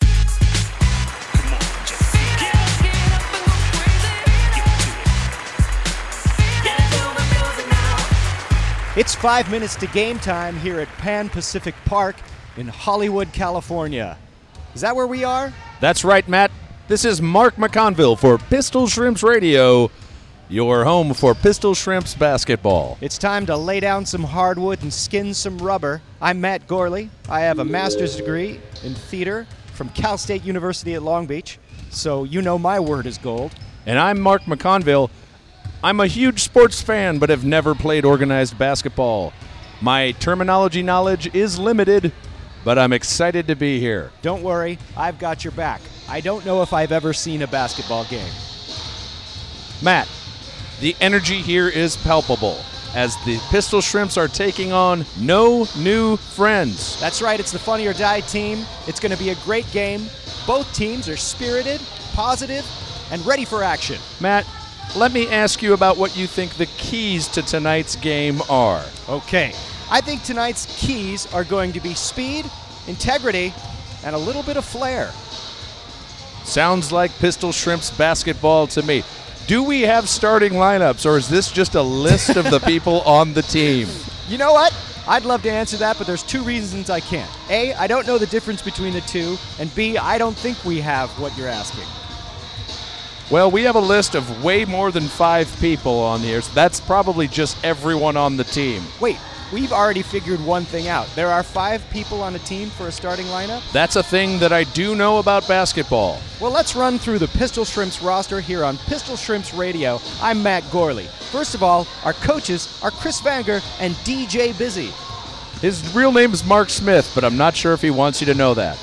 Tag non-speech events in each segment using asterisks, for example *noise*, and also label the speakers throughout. Speaker 1: Come on, just get up, get to
Speaker 2: It's five minutes to game time here at Pan Pacific Park in Hollywood, California. Is that where we are?
Speaker 3: That's right, Matt. This is Mark McConville for Pistol Shrimps Radio, your home for Pistol Shrimps basketball.
Speaker 2: It's time to lay down some hardwood and skin some rubber. I'm Matt Gorley. I have a master's degree in theater from Cal State University at Long Beach, so you know my word is gold.
Speaker 3: And I'm Mark McConville. I'm a huge sports fan, but have never played organized basketball. My terminology knowledge is limited, but I'm excited to be here.
Speaker 2: Don't worry, I've got your back. I don't know if I've ever seen a basketball game.
Speaker 3: Matt, the energy here is palpable as the Pistol Shrimps are taking on no new friends.
Speaker 2: That's right, it's the Funny or Die team. It's going to be a great game. Both teams are spirited, positive, and ready for action.
Speaker 3: Matt, let me ask you about what you think the keys to tonight's game are.
Speaker 2: Okay. I think tonight's keys are going to be speed, integrity, and a little bit of flair.
Speaker 3: Sounds like Pistol Shrimps basketball to me. Do we have starting lineups, or is this just a list
Speaker 2: *laughs*
Speaker 3: of the people on the team?
Speaker 2: You know what? I'd love to answer that, but there's two reasons I can't. A, I don't know the difference between the two, and B, I don't think we have what you're asking.
Speaker 3: Well, we have a list of way more than five people on here, so that's probably just everyone on the team.
Speaker 2: Wait, we've already figured one thing out. There are five people on a team for a starting lineup?
Speaker 3: That's a thing that I do know about basketball.
Speaker 2: Well, let's run through the Pistol Shrimps roster here on Pistol Shrimps Radio. I'm Matt Gorley. First of all, our coaches are Chris Vanger and DJ Busy.
Speaker 3: His real name is Mark Smith, but I'm not sure if he wants you to know that.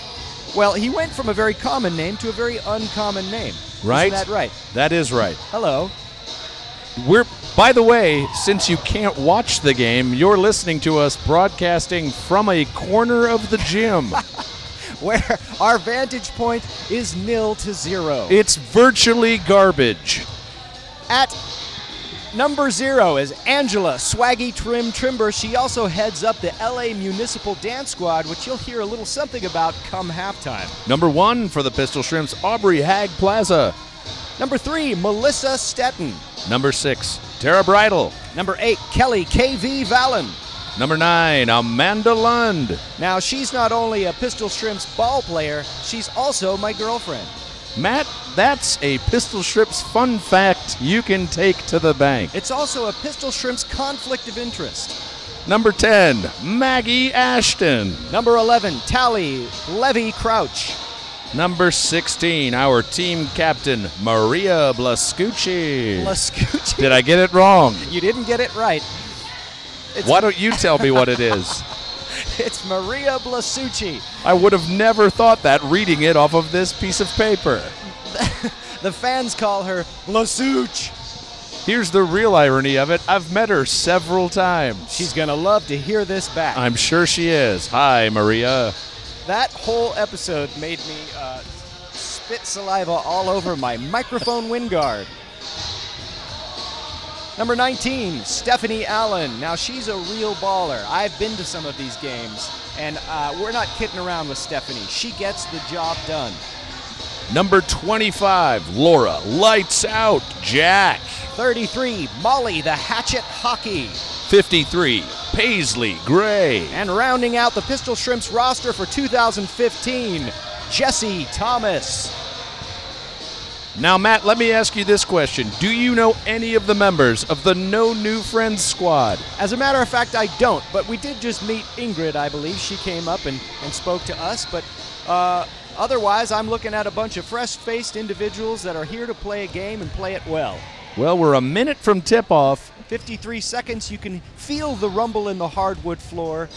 Speaker 2: Well, he went from a very common name to a very uncommon name.
Speaker 3: Right?
Speaker 2: Isn't that right?
Speaker 3: That is right.
Speaker 2: Hello. *laughs*
Speaker 3: We're by the way, since you can't watch the game, you're listening to us broadcasting from a corner of the gym.
Speaker 2: Where our vantage point is nil to zero.
Speaker 3: it's virtually garbage.
Speaker 2: At number zero is Angela Swaggy Trim Trimber. She also heads up the LA Municipal Dance Squad, which you'll hear a little something about come halftime.
Speaker 3: Number one for the Pistol Shrimps, Aubrey Hag Plaza.
Speaker 2: Number three, Melissa Stetton.
Speaker 3: Number six, Tara Bridle.
Speaker 2: Number eight, Kelly KV Vallon.
Speaker 3: Number nine, Amanda Lund.
Speaker 2: Now, she's not only a Pistol Shrimps ball player, she's also my girlfriend.
Speaker 3: Matt, that's a Pistol Shrimps fun fact you can take to the bank.
Speaker 2: It's also a Pistol Shrimps conflict of interest.
Speaker 3: Number 10, Maggie Ashton.
Speaker 2: Number 11, Tally Levy Crouch.
Speaker 3: Number 16, our team captain, Maria Blascucci.
Speaker 2: Lascucci.
Speaker 3: *laughs* Did I get it wrong?
Speaker 2: You didn't get it right. It's,
Speaker 3: Why don't you tell me what it is?
Speaker 2: It's Maria Blasucci.
Speaker 3: *laughs* I would have never thought that reading it off of this piece of paper.
Speaker 2: The fans call her Blasucci.
Speaker 3: Here's the real irony of it I've met her several times.
Speaker 2: She's going to love to hear this back.
Speaker 3: I'm sure she is. Hi, Maria.
Speaker 2: That whole episode made me uh, spit saliva all over my microphone wind guard. Number 19, Stephanie Allen. Now she's a real baller. I've been to some of these games, and uh, we're not kidding around with Stephanie. She gets the job done.
Speaker 3: Number 25, Laura. Lights out, Jack.
Speaker 2: 33, Molly the Hatchet Hockey.
Speaker 3: 53, Paisley Gray.
Speaker 2: And rounding out the Pistol Shrimps roster for 2015, Jesse Thomas.
Speaker 3: Now, Matt, let me ask you this question. Do you know any of the members of the No New Friends squad?
Speaker 2: As a matter of fact, I don't, but we did just meet Ingrid, I believe. She came up and, and spoke to us, but uh, otherwise, I'm looking at a bunch of fresh faced individuals that are here to play a game and play it well.
Speaker 3: Well, we're a minute from tip off.
Speaker 2: 53 seconds, you can feel the rumble in the hardwood floor.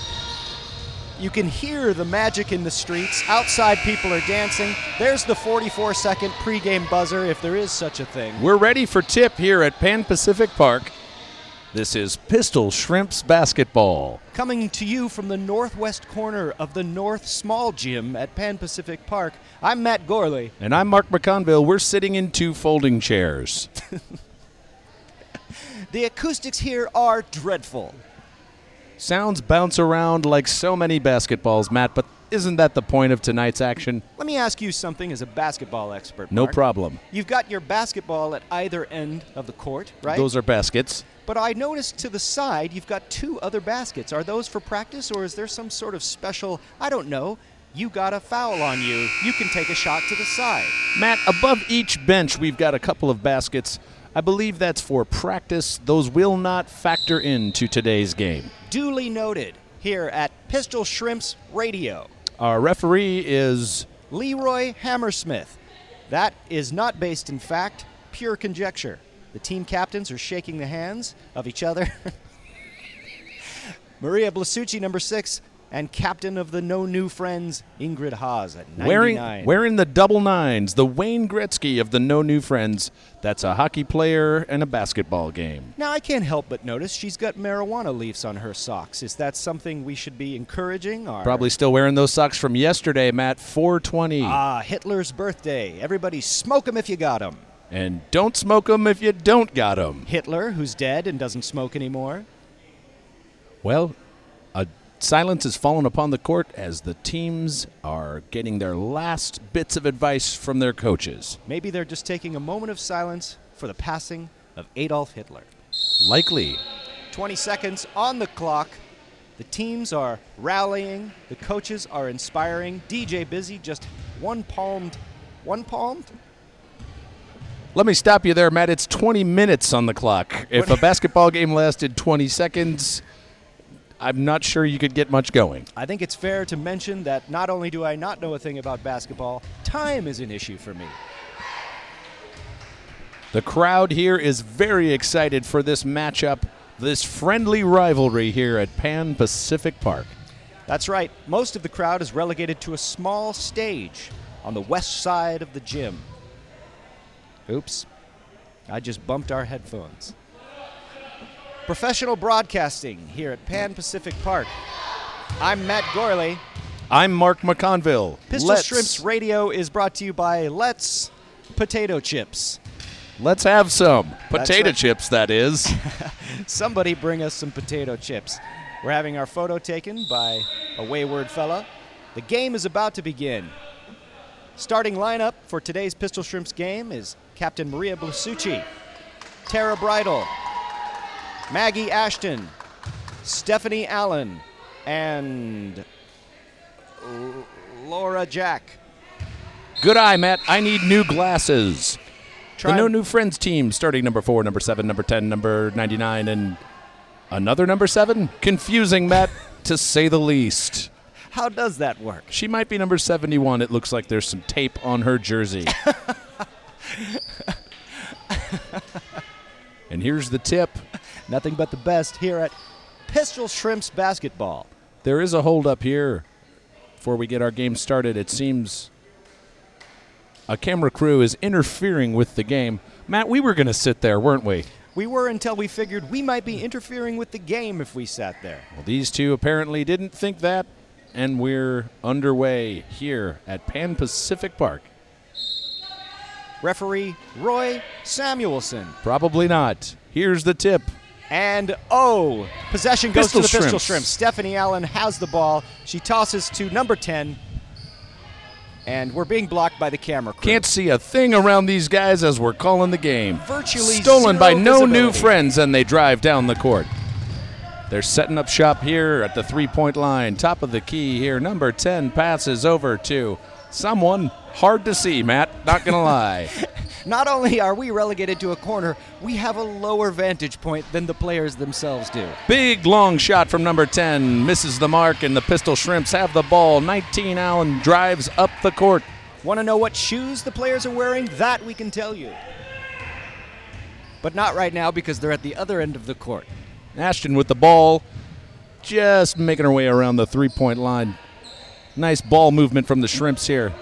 Speaker 2: You can hear the magic in the streets. Outside, people are dancing. There's the 44 second pregame buzzer, if there is such a thing.
Speaker 3: We're ready for tip here at Pan Pacific Park. This is Pistol Shrimps Basketball.
Speaker 2: Coming to you from the northwest corner of the North Small Gym at Pan Pacific Park, I'm Matt Gorley.
Speaker 3: And I'm Mark McConville. We're sitting in two folding chairs.
Speaker 2: The acoustics here are dreadful.
Speaker 3: Sounds bounce around like so many basketballs, Matt, but isn't that the point of tonight's action?
Speaker 2: Let me ask you something as a basketball expert.
Speaker 3: No
Speaker 2: Mark.
Speaker 3: problem.
Speaker 2: You've got your basketball at either end of the court, right?
Speaker 3: Those are baskets.
Speaker 2: but I noticed to the side you've got two other baskets. Are those for practice or is there some sort of special, I don't know, you got a foul on you. You can take a shot to the side.
Speaker 3: Matt, above each bench, we've got a couple of baskets. I believe that's for practice. Those will not factor into today's game.
Speaker 2: Duly noted here at Pistol Shrimps Radio.
Speaker 3: Our referee is
Speaker 2: Leroy Hammersmith. That is not based in fact, pure conjecture. The team captains are shaking the hands of each other. *laughs* Maria Blasucci, number six, and captain of the No New Friends, Ingrid Haas at 99.
Speaker 3: wearing, wearing the double nines, the Wayne Gretzky of the No New Friends. That's a hockey player and a basketball game.
Speaker 2: Now, I can't help but notice she's got marijuana leaves on her socks. Is that something we should be encouraging? Or?
Speaker 3: Probably still wearing those socks from yesterday, Matt. 420.
Speaker 2: Ah, Hitler's birthday. Everybody smoke 'em if you got 'em.
Speaker 3: and don't smoke them if you don't got them.
Speaker 2: Hitler, who's dead and doesn't smoke anymore.
Speaker 3: Well, a silence has fallen upon the court as the teams are getting their last bits of advice from their coaches.
Speaker 2: Maybe they're just taking a moment of silence for the passing of Adolf Hitler.
Speaker 3: Likely.
Speaker 2: 20 seconds on the clock. The teams are rallying, the coaches are inspiring. DJ Busy just one palmed, one palmed?
Speaker 3: Let me stop you there, Matt. It's 20 minutes on the clock. If a basketball game lasted 20 seconds, I'm not sure you could get much going.
Speaker 2: I think it's fair to mention that not only do I not know a thing about basketball, time is an issue for me.
Speaker 3: The crowd here is very excited for this matchup, this friendly rivalry here at Pan Pacific Park.
Speaker 2: That's right, most of the crowd is relegated to a small stage on the west side of the gym. Oops, I just bumped our headphones. Professional broadcasting here at Pan Pacific Park. I'm Matt Gorley.
Speaker 3: I'm Mark McConville.
Speaker 2: Pistol
Speaker 3: Let's-
Speaker 2: Shrimps Radio is brought to you by Let's Potato Chips.
Speaker 3: Let's have some
Speaker 2: That's
Speaker 3: potato
Speaker 2: right.
Speaker 3: chips. That is.
Speaker 2: Somebody bring us some potato chips. We're having our photo taken by a wayward fella. The game is about to begin. Starting lineup for today's Pistol Shrimps game is Captain Maria Blasucci, Tara Bridle, Maggie Ashton, Stephanie Allen, and L- Laura Jack.
Speaker 3: Good eye, Matt. I need new glasses.
Speaker 2: Try-
Speaker 3: the No New Friends team starting number four, number seven, number 10, number 99, and another number seven? Confusing, Matt, to say the least.
Speaker 2: How does that work?
Speaker 3: She might be number 71. It looks like there's some tape on her jersey. and here's the tip
Speaker 2: Nothing but the best here at Pistol Shrimps Basketball.
Speaker 3: there is a holdup here before we get our game started. It seems a camera crew is interfering with the game. Matt, we were going to sit there, weren't we?
Speaker 2: We were until we figured we might be interfering with the game if we sat there.
Speaker 3: Well, these two apparently didn't think that, and we're underway here at Pan Pacific Park.
Speaker 2: Referee Roy Samuelson.
Speaker 3: Probably not. Here's the tip.
Speaker 2: And oh, possession goes
Speaker 3: Pistol
Speaker 2: to the Pistol
Speaker 3: Shrimps.
Speaker 2: Shrimp. Stephanie Allen has the ball. She tosses to number 10. And we're being blocked by the camera crew.
Speaker 3: Can't see a thing around these guys as we're calling the game.
Speaker 2: Virtually
Speaker 3: Stolen by
Speaker 2: zero
Speaker 3: no new
Speaker 2: visibility.
Speaker 3: friends, and they drive down the court. They're setting up shop here at the three point line. Top of the key here. Number 10 passes over to someone hard to see, Matt.
Speaker 2: *laughs*
Speaker 3: Not going to lie.
Speaker 2: Not only are we relegated to a corner, we have a lower vantage point than the players themselves do.
Speaker 3: Big long shot from number 10 misses the mark, and the Pistol Shrimps have the ball. 19 Allen drives up the court.
Speaker 2: Want to know what shoes the players are wearing? That we can tell you. But not right now because they're at the other end of the court.
Speaker 3: Ashton with the ball just making her way around the three point line. Nice ball movement from the Shrimps here.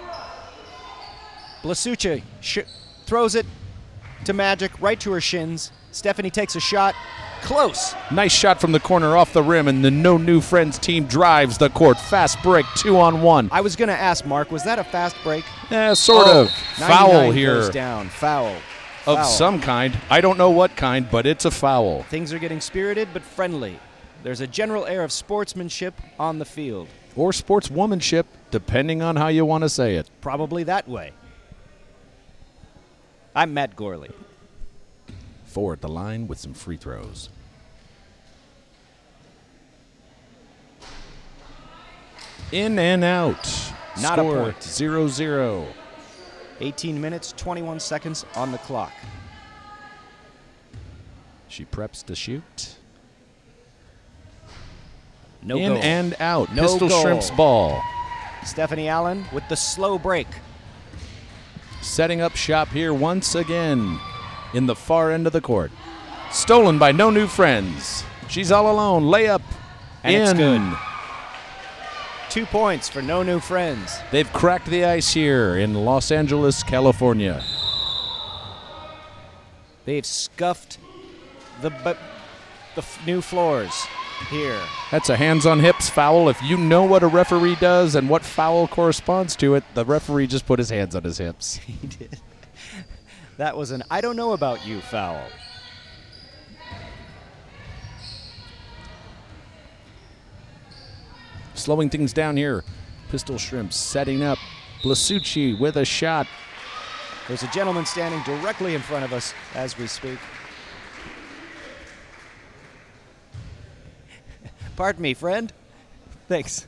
Speaker 2: Blasucci sh- throws it to Magic right to her shins. Stephanie takes a shot. Close.
Speaker 3: Nice shot from the corner off the rim, and the No New Friends team drives the court. Fast break, two on one.
Speaker 2: I was going to ask Mark, was that a fast break?
Speaker 3: Eh, sort
Speaker 2: Oh,
Speaker 3: of. Foul
Speaker 2: 99
Speaker 3: here
Speaker 2: Goes down. Foul.
Speaker 3: of
Speaker 2: Foul.
Speaker 3: some kind. I don't know what kind, but it's a foul.
Speaker 2: Things are getting spirited but friendly. There's a general air of sportsmanship on the field.
Speaker 3: Or sportswomanship, depending on how you want to say it.
Speaker 2: Probably that way. I'm Matt Gorley.
Speaker 3: Four at the line with some free throws. In and out.
Speaker 2: Not a
Speaker 3: Score
Speaker 2: point.
Speaker 3: 0 0.
Speaker 2: 18 minutes, 21 seconds on the clock.
Speaker 3: She preps to shoot.
Speaker 2: No
Speaker 3: In
Speaker 2: goal.
Speaker 3: and out.
Speaker 2: No
Speaker 3: Pistol
Speaker 2: goal.
Speaker 3: Shrimps ball.
Speaker 2: Stephanie Allen with the slow break.
Speaker 3: Setting up shop here once again in the far end of the court. Stolen by no new friends. She's all alone. Layup.
Speaker 2: And
Speaker 3: in.
Speaker 2: it's good. Two points for no new friends.
Speaker 3: They've cracked the ice here in Los Angeles, California.
Speaker 2: They've scuffed the but the f- new floors here.
Speaker 3: That's a hands on hips foul. If you know what a referee does and what foul corresponds to it, the referee just put his hands on his *laughs* hips.
Speaker 2: That was an I don't know about you foul.
Speaker 3: Slowing things down here. Pistol Shrimp setting up. Blasucci with a shot.
Speaker 2: There's a gentleman standing directly in front of us as we speak. *laughs* Pardon me, friend. Thanks.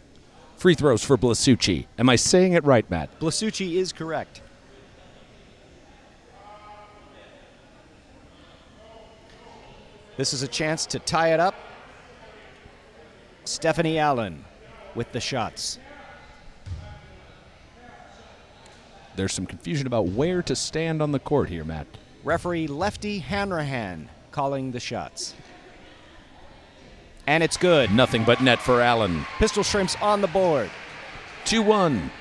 Speaker 3: Free throws for Blasucci. Am I saying it right, Matt?
Speaker 2: Blasucci is correct. This is a chance to tie it up. Stephanie Allen with the shots.
Speaker 3: There's some confusion about where to stand on the court here, Matt.
Speaker 2: Referee Lefty Hanrahan calling the shots. And it's good.
Speaker 3: Nothing but net for Allen.
Speaker 2: Pistol Shrimps on the board.
Speaker 3: 2 1.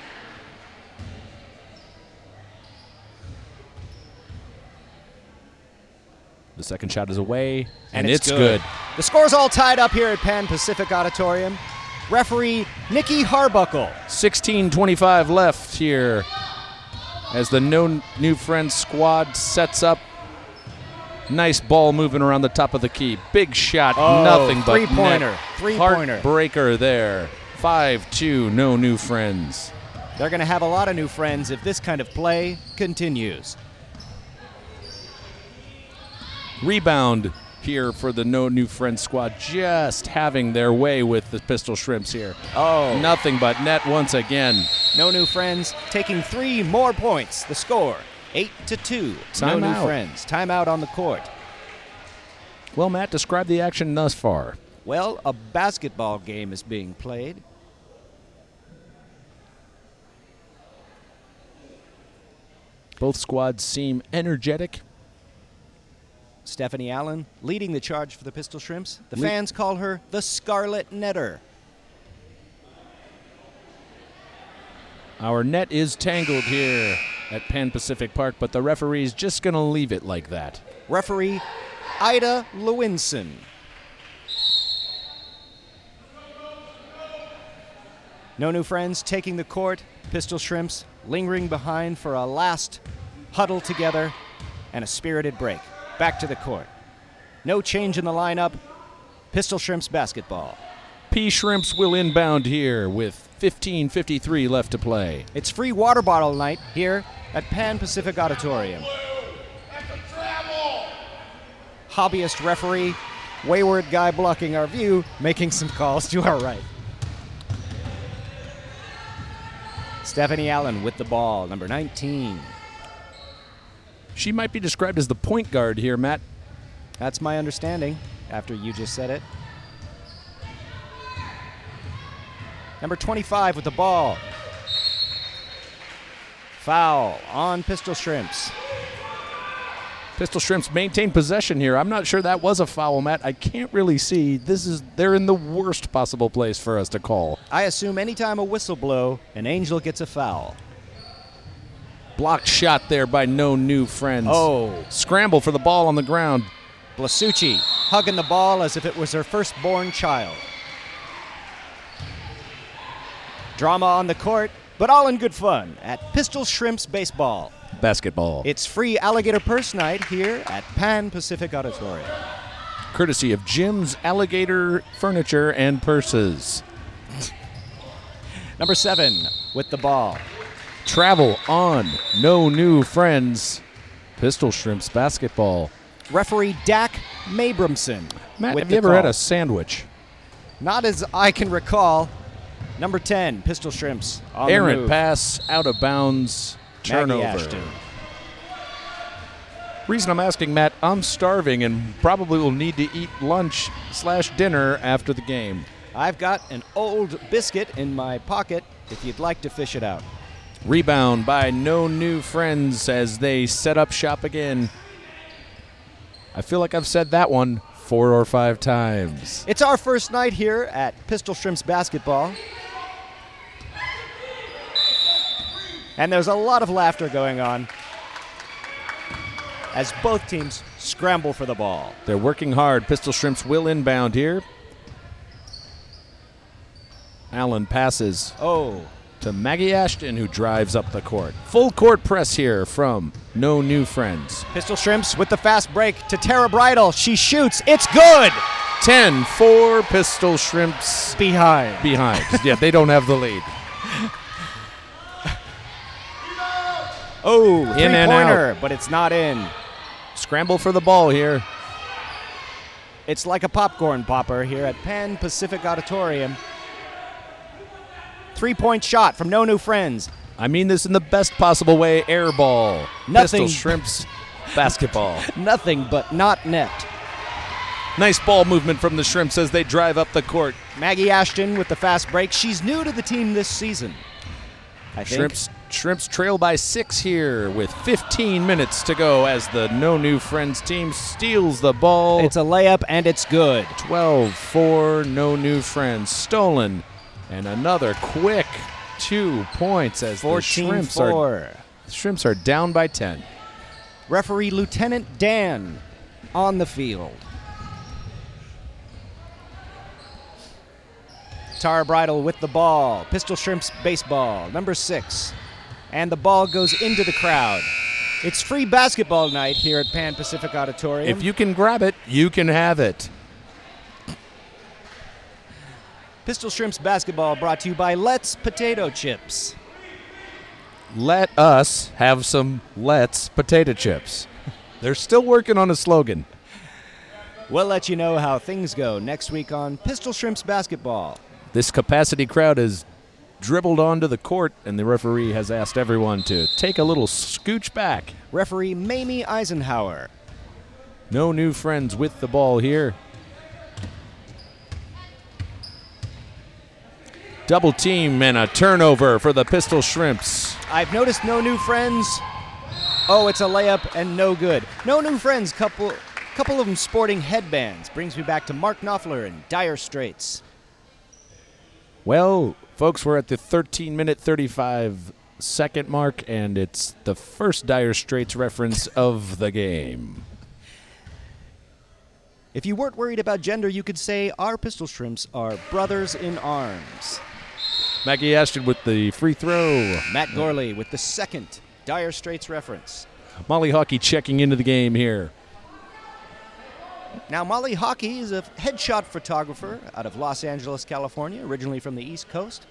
Speaker 3: The second shot is away, and, it's, good.
Speaker 2: The score's all tied up here at Pan Pacific Auditorium. Referee Nikki Harbuckle.
Speaker 3: 16:25 left here as the no new friends squad sets up. Nice ball moving around the top of the key. Big shot,
Speaker 2: Oh,
Speaker 3: nothing but
Speaker 2: three-pointer,
Speaker 3: net.
Speaker 2: three-pointer.
Speaker 3: Heartbreaker there. 5-2, no new friends.
Speaker 2: They're going to have a lot of new friends if this kind of play continues.
Speaker 3: Rebound here for the no new friends squad just having their way with the pistol shrimps here.
Speaker 2: Oh.
Speaker 3: Nothing but net once again.
Speaker 2: No new friends taking three more points. The score, 8 to 2. no
Speaker 3: Timeout.
Speaker 2: new friends. Timeout on the court.
Speaker 3: Well, Matt, describe the action thus far.
Speaker 2: Well, a basketball game is being played.
Speaker 3: Both squads seem energetic,
Speaker 2: Stephanie Allen leading the charge for the Pistol Shrimps. The
Speaker 3: Le-
Speaker 2: fans call her the Scarlet Netter.
Speaker 3: Our net is tangled here at Pan Pacific Park, but the referee's just going to leave it like that.
Speaker 2: Referee Ida Lewinson. No new friends taking the court. Pistol Shrimps lingering behind for a last huddle together and a spirited break. Back to the court. No change in the lineup. Pistol Shrimps basketball.
Speaker 3: P Shrimps will inbound here with 15:53 left to play.
Speaker 2: It's free water bottle night here at Pan Pacific Auditorium.
Speaker 4: Oh
Speaker 2: Hobbyist referee, wayward guy blocking our view, making some calls to our right. Stephanie Allen with the ball, number 19.
Speaker 3: She might be described as the point guard here, Matt.
Speaker 2: That's my understanding after you just said it. Number 25 with the ball. Foul on Pistol Shrimps.
Speaker 3: Pistol Shrimps maintain possession here. I'm not sure that was a foul, Matt. I can't really see. This is they're in the worst possible place for us to call.
Speaker 2: I assume anytime a whistle blow, an angel gets a foul.
Speaker 3: Blocked shot there by no new friends.
Speaker 2: Oh.
Speaker 3: Scramble for the ball on the ground.
Speaker 2: Blasucci hugging the ball as if it was her firstborn child. Drama on the court, but all in good fun at Pistol Shrimps Baseball.
Speaker 3: Basketball.
Speaker 2: It's free alligator purse night here at Pan Pacific Auditorium.
Speaker 3: courtesy of Jim's Alligator Furniture and Purses.
Speaker 2: Number seven with the ball.
Speaker 3: Travel on No New Friends. Pistol Shrimps Basketball.
Speaker 2: Referee Dak Mabramson.
Speaker 3: Matt,
Speaker 2: with
Speaker 3: have
Speaker 2: the
Speaker 3: you ever had
Speaker 2: call.
Speaker 3: a sandwich?
Speaker 2: Not as I can recall. Number 10, Pistol Shrimps. On the
Speaker 3: Errant
Speaker 2: move.
Speaker 3: pass, out of bounds,
Speaker 2: Maggie
Speaker 3: turnover.
Speaker 2: Ashton.
Speaker 3: Reason I'm asking, Matt, I'm starving and probably will need to eat lunch slash dinner after the game.
Speaker 2: I've got an old biscuit in my pocket if you'd like to fish it out.
Speaker 3: Rebound by no new friends as they set up shop again. I feel like I've said that one four or five times.
Speaker 2: It's our first night here at Pistol Shrimps Basketball. And there's a lot of laughter going on as both teams scramble for the ball.
Speaker 3: They're working hard. Pistol Shrimps will inbound here. Allen passes
Speaker 2: Oh,
Speaker 3: to Maggie Ashton, who drives up the court. Full court press here from No New Friends.
Speaker 2: Pistol Shrimps with the fast break to Tara Bridle. She shoots. It's good.
Speaker 3: 10 4 Pistol Shrimps
Speaker 2: Behind.
Speaker 3: behind. *laughs* yeah, they don't have the lead.
Speaker 2: Oh, three
Speaker 3: In and
Speaker 2: pointer, but it's not in.
Speaker 3: Scramble for the ball here.
Speaker 2: It's like a popcorn popper here at Pan Pacific Auditorium. Three point shot from No New Friends.
Speaker 3: I mean this in the best possible way air ball.
Speaker 2: Nothing.
Speaker 3: Pistol *laughs* Shrimps basketball.
Speaker 2: Nothing but not net.
Speaker 3: nice ball movement from the Shrimps as they drive up the court.
Speaker 2: Maggie Ashton with the fast break. She's new to the team this season. I think.
Speaker 3: Shrimps Shrimps trail by six here with 15 minutes to go as the No New Friends team steals the ball.
Speaker 2: It's a layup and it's good.
Speaker 3: 12 4, No New Friends stolen. And another quick two points as the
Speaker 2: 14
Speaker 3: Shrimps are,
Speaker 2: 4.
Speaker 3: Shrimps are down by 10.
Speaker 2: Referee Lieutenant Dan on the field. Tara Bridle with the ball. Pistol Shrimps baseball, number six. And the ball goes into the crowd. It's free basketball night here at Pan Pacific Auditorium.
Speaker 3: If you can grab it, you can have it.
Speaker 2: Pistol Shrimps basketball brought to you by Let's Potato Chips.
Speaker 3: Let us have some Let's
Speaker 2: *laughs*
Speaker 3: potato chips. They're still working on a slogan.
Speaker 2: We'll let you know how things go next week on Pistol Shrimps basketball.
Speaker 3: This capacity crowd has dribbled onto the court, and the referee has asked everyone to take a little scooch back.
Speaker 2: Referee Mamie Eisenhower.
Speaker 3: No new friends with the ball here. Double team and a turnover for the Pistol Shrimps.
Speaker 2: I've noticed no new friends. Oh, it's a layup and no good. No new friends. Couple, couple of them sporting headbands brings me back to Mark Knopfler in dire straits.
Speaker 3: Well, folks, we're at the 13 minute 35 second mark, and it's the first Dire Straits reference of the game.
Speaker 2: If you weren't worried about gender, you could say our pistol shrimps are brothers in arms.
Speaker 3: Maggie Ashton with the free throw.
Speaker 2: Matt Gorley with the second dire straits reference.
Speaker 3: Molly Hockey checking into the game here.
Speaker 2: Now, Molly Hockey is a headshot photographer out of Los Angeles, California, originally from the East Coast.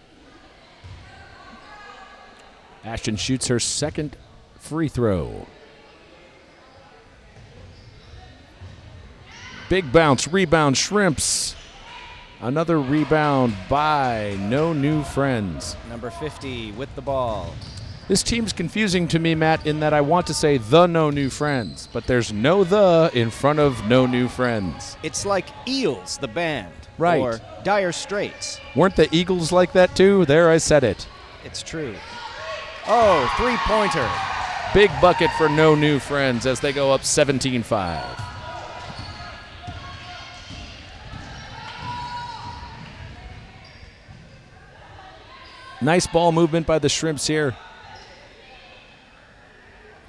Speaker 3: Ashton shoots her second free throw. Big bounce, rebound, shrimps. Another rebound by no new friends.
Speaker 2: Number 50 with the ball.
Speaker 3: This team's confusing to me, Matt, in that I want to say the no new friends, but there's no the in front of no new friends.
Speaker 2: It's like Eels, the band.
Speaker 3: Right.
Speaker 2: Or Dire Straits.
Speaker 3: Weren't the Eagles like that too? There, I said it.
Speaker 2: It's true. Oh, three pointer.
Speaker 3: Big bucket for no new friends as they go up 17 5. Nice ball movement by the Shrimps here.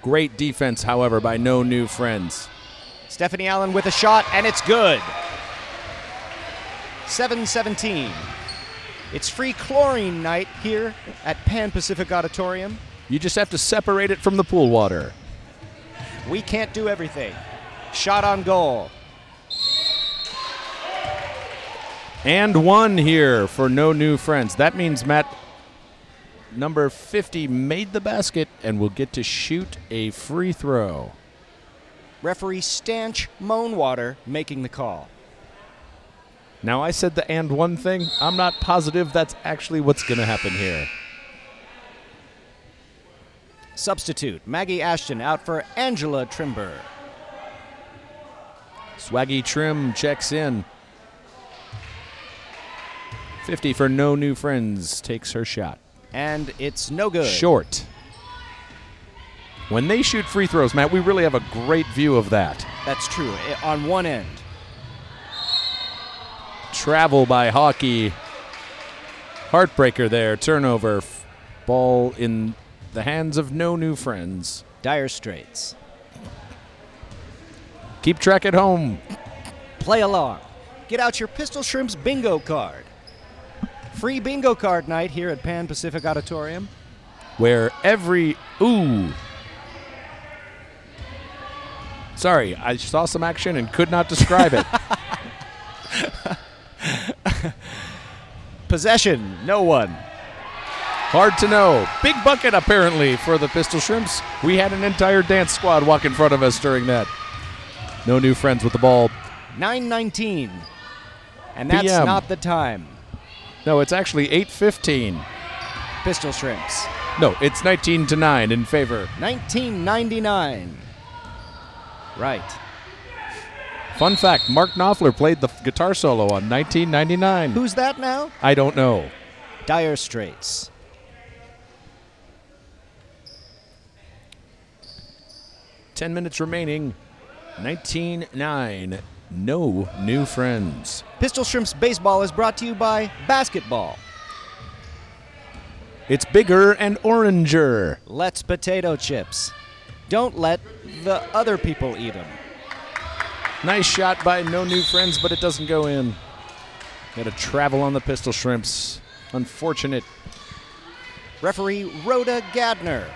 Speaker 3: Great defense, however, by no new friends.
Speaker 2: Stephanie Allen with a shot, and it's good. 7 17. It's free chlorine night here at Pan Pacific Auditorium.
Speaker 3: You just have to separate it from the pool water.
Speaker 2: We can't do everything. Shot on goal.
Speaker 3: And one here for no new friends. That means Matt, number 50, made the basket and will get to shoot a free throw.
Speaker 2: Referee Stanch Moanwater making the call.
Speaker 3: Now, I said the and one thing. I'm not positive that's actually what's going to happen here.
Speaker 2: Substitute Maggie Ashton out for Angela Trimber.
Speaker 3: Swaggy Trim checks in. 50 for no new friends takes her shot.
Speaker 2: And it's no good.
Speaker 3: Short. When they shoot free throws, Matt, we really have a great view of that.
Speaker 2: That's true. I- On one end.
Speaker 3: Travel by Hockey. Heartbreaker there. Turnover. F- Ball in the hands of no new friends.
Speaker 2: Dire Straits.
Speaker 3: Keep track at home.
Speaker 2: Play along. Get out your Pistol Shrimps bingo card. Free bingo card night here at Pan Pacific Auditorium.
Speaker 3: where every ooh sorry i saw some action and could not describe it
Speaker 2: Possession, *laughs* no one.
Speaker 3: hard to know big bucket apparently for the pistol shrimps we had an entire dance squad walk in front of us during that no new friends with the ball
Speaker 2: 919. And that's
Speaker 3: PM.
Speaker 2: not the time.
Speaker 3: no it's actually 815
Speaker 2: Pistol Shrimps.
Speaker 3: no it's 19 to 9 in favor
Speaker 2: 1999. Right.
Speaker 3: fun fact mark knopfler played the f- guitar solo on 1999
Speaker 2: Who's that now?
Speaker 3: i don't know
Speaker 2: Dire Straits.
Speaker 3: Ten minutes remaining. 19-9. No new friends.
Speaker 2: Pistol Shrimps Baseball is brought to you by Basketball.
Speaker 3: It's bigger and oranger.
Speaker 2: Let's potato chips. Don't let the other people eat them.
Speaker 3: Nice shot by no new friends, but it doesn't go in. Got to travel on the pistol shrimps. Unfortunate.
Speaker 2: Referee Rhoda Gadner.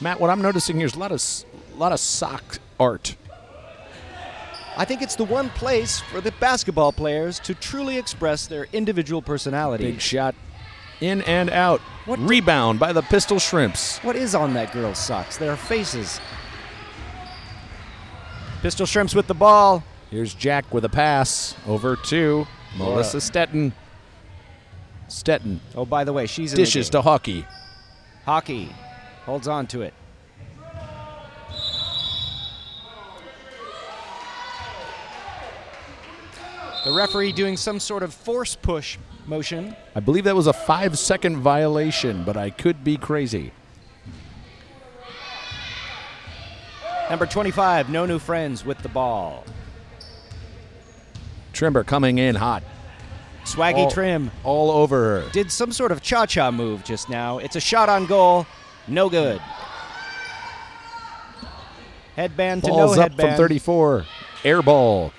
Speaker 3: Matt, what I'm noticing here is a lot of s- lot of sock art.
Speaker 2: I think it's the one place for the basketball players to truly express their individual personality.
Speaker 3: Big shot, in and out.
Speaker 2: What-
Speaker 3: Rebound by the pistol shrimps.
Speaker 2: What is on that girl's socks? Their faces. Pistol Shrimps with the ball.
Speaker 3: Here's Jack with a pass over to Melissa Stetton. Stetton
Speaker 2: Oh, by the way, she's in
Speaker 3: dishes
Speaker 2: the
Speaker 3: to hockey.
Speaker 2: game. hockey. Holds on to it. The referee doing some sort of force push motion.
Speaker 3: I believe that was a five second violation, but I could be crazy.
Speaker 2: Number 25, no new friends with the ball.
Speaker 3: Trimber coming in hot.
Speaker 2: Swaggy Trim
Speaker 3: All over her.
Speaker 2: did some sort of cha-cha move just now. It's a shot on goal, no good. Headband to
Speaker 3: Balls
Speaker 2: no
Speaker 3: up
Speaker 2: headband.
Speaker 3: from 34. Air ball.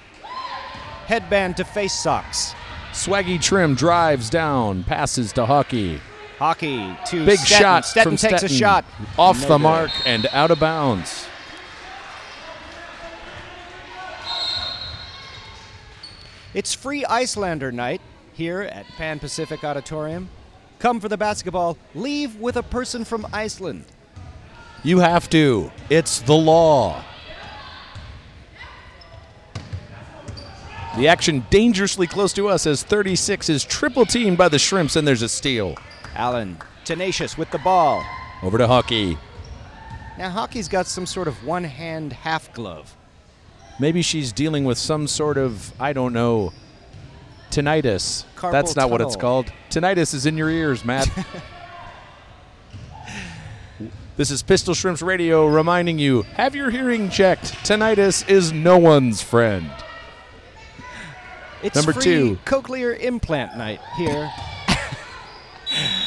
Speaker 2: Headband to face socks.
Speaker 3: Swaggy Trim drives down, passes to Hockey.
Speaker 2: Hockey to
Speaker 3: Big
Speaker 2: Stetton.
Speaker 3: shot
Speaker 2: Stetton
Speaker 3: from
Speaker 2: takes a
Speaker 3: Stetton.
Speaker 2: shot
Speaker 3: Off
Speaker 2: No
Speaker 3: the
Speaker 2: good.
Speaker 3: mark and out of bounds.
Speaker 2: It's free Icelander night here at Pan Pacific Auditorium. Come for the basketball. Leave with a person from Iceland.
Speaker 3: You have to. It's the law. The action dangerously close to us as 36 is triple teamed by the Shrimps, and there's a steal.
Speaker 2: Allen tenacious with the ball.
Speaker 3: Over to Hockey.
Speaker 2: Now hockey's got some sort of one-hand half glove.
Speaker 3: Maybe she's dealing with some sort of, I don't know, tinnitus.
Speaker 2: Carpal
Speaker 3: That's not what it's
Speaker 2: tunnel. *laughs*
Speaker 3: called. Tinnitus is in your ears, Matt. This is Pistol Shrimps Radio reminding you have your hearing checked. Tinnitus is no one's friend.
Speaker 2: It's
Speaker 3: Number
Speaker 2: free
Speaker 3: two.
Speaker 2: cochlear implant night here.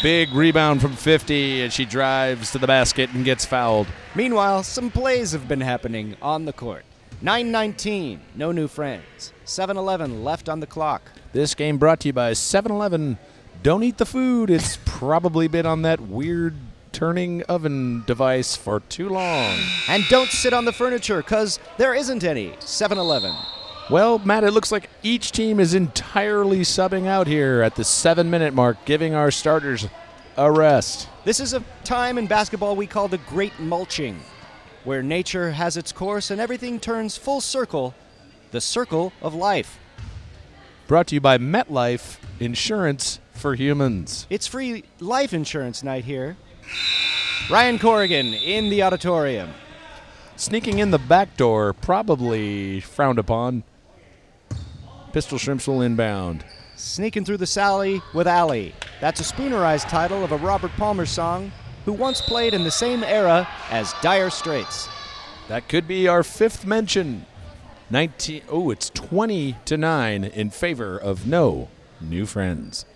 Speaker 3: Big rebound from 50 as she drives to the basket and gets fouled.
Speaker 2: Meanwhile, some plays have been happening on the court. 919, no new friends. 711 left on the clock.
Speaker 3: This game brought to you by 7 Eleven. Don't eat the food. It's probably been on that weird turning oven device for too long.
Speaker 2: And don't sit on the furniture, cause there isn't any. 711.
Speaker 3: Well, Matt, it looks like each team is entirely subbing out here at the seven minute mark, giving our starters a rest.
Speaker 2: This is a time in basketball we call the great mulching, where nature has its course and everything turns full circle, the circle of life.
Speaker 3: Brought to you by MetLife Insurance for Humans.
Speaker 2: It's free life insurance night here. Ryan Corrigan in the auditorium.
Speaker 3: Sneaking in the back door, probably frowned upon. Pistol Shrimps will inbound.
Speaker 2: Sneaking Through the Sally with Alley. That's a spoonerized title of a Robert Palmer song who once played in the same era as Dire Straits.
Speaker 3: That could be our fifth mention. 19 Oh, it's 20 to 9 in favor of no new friends.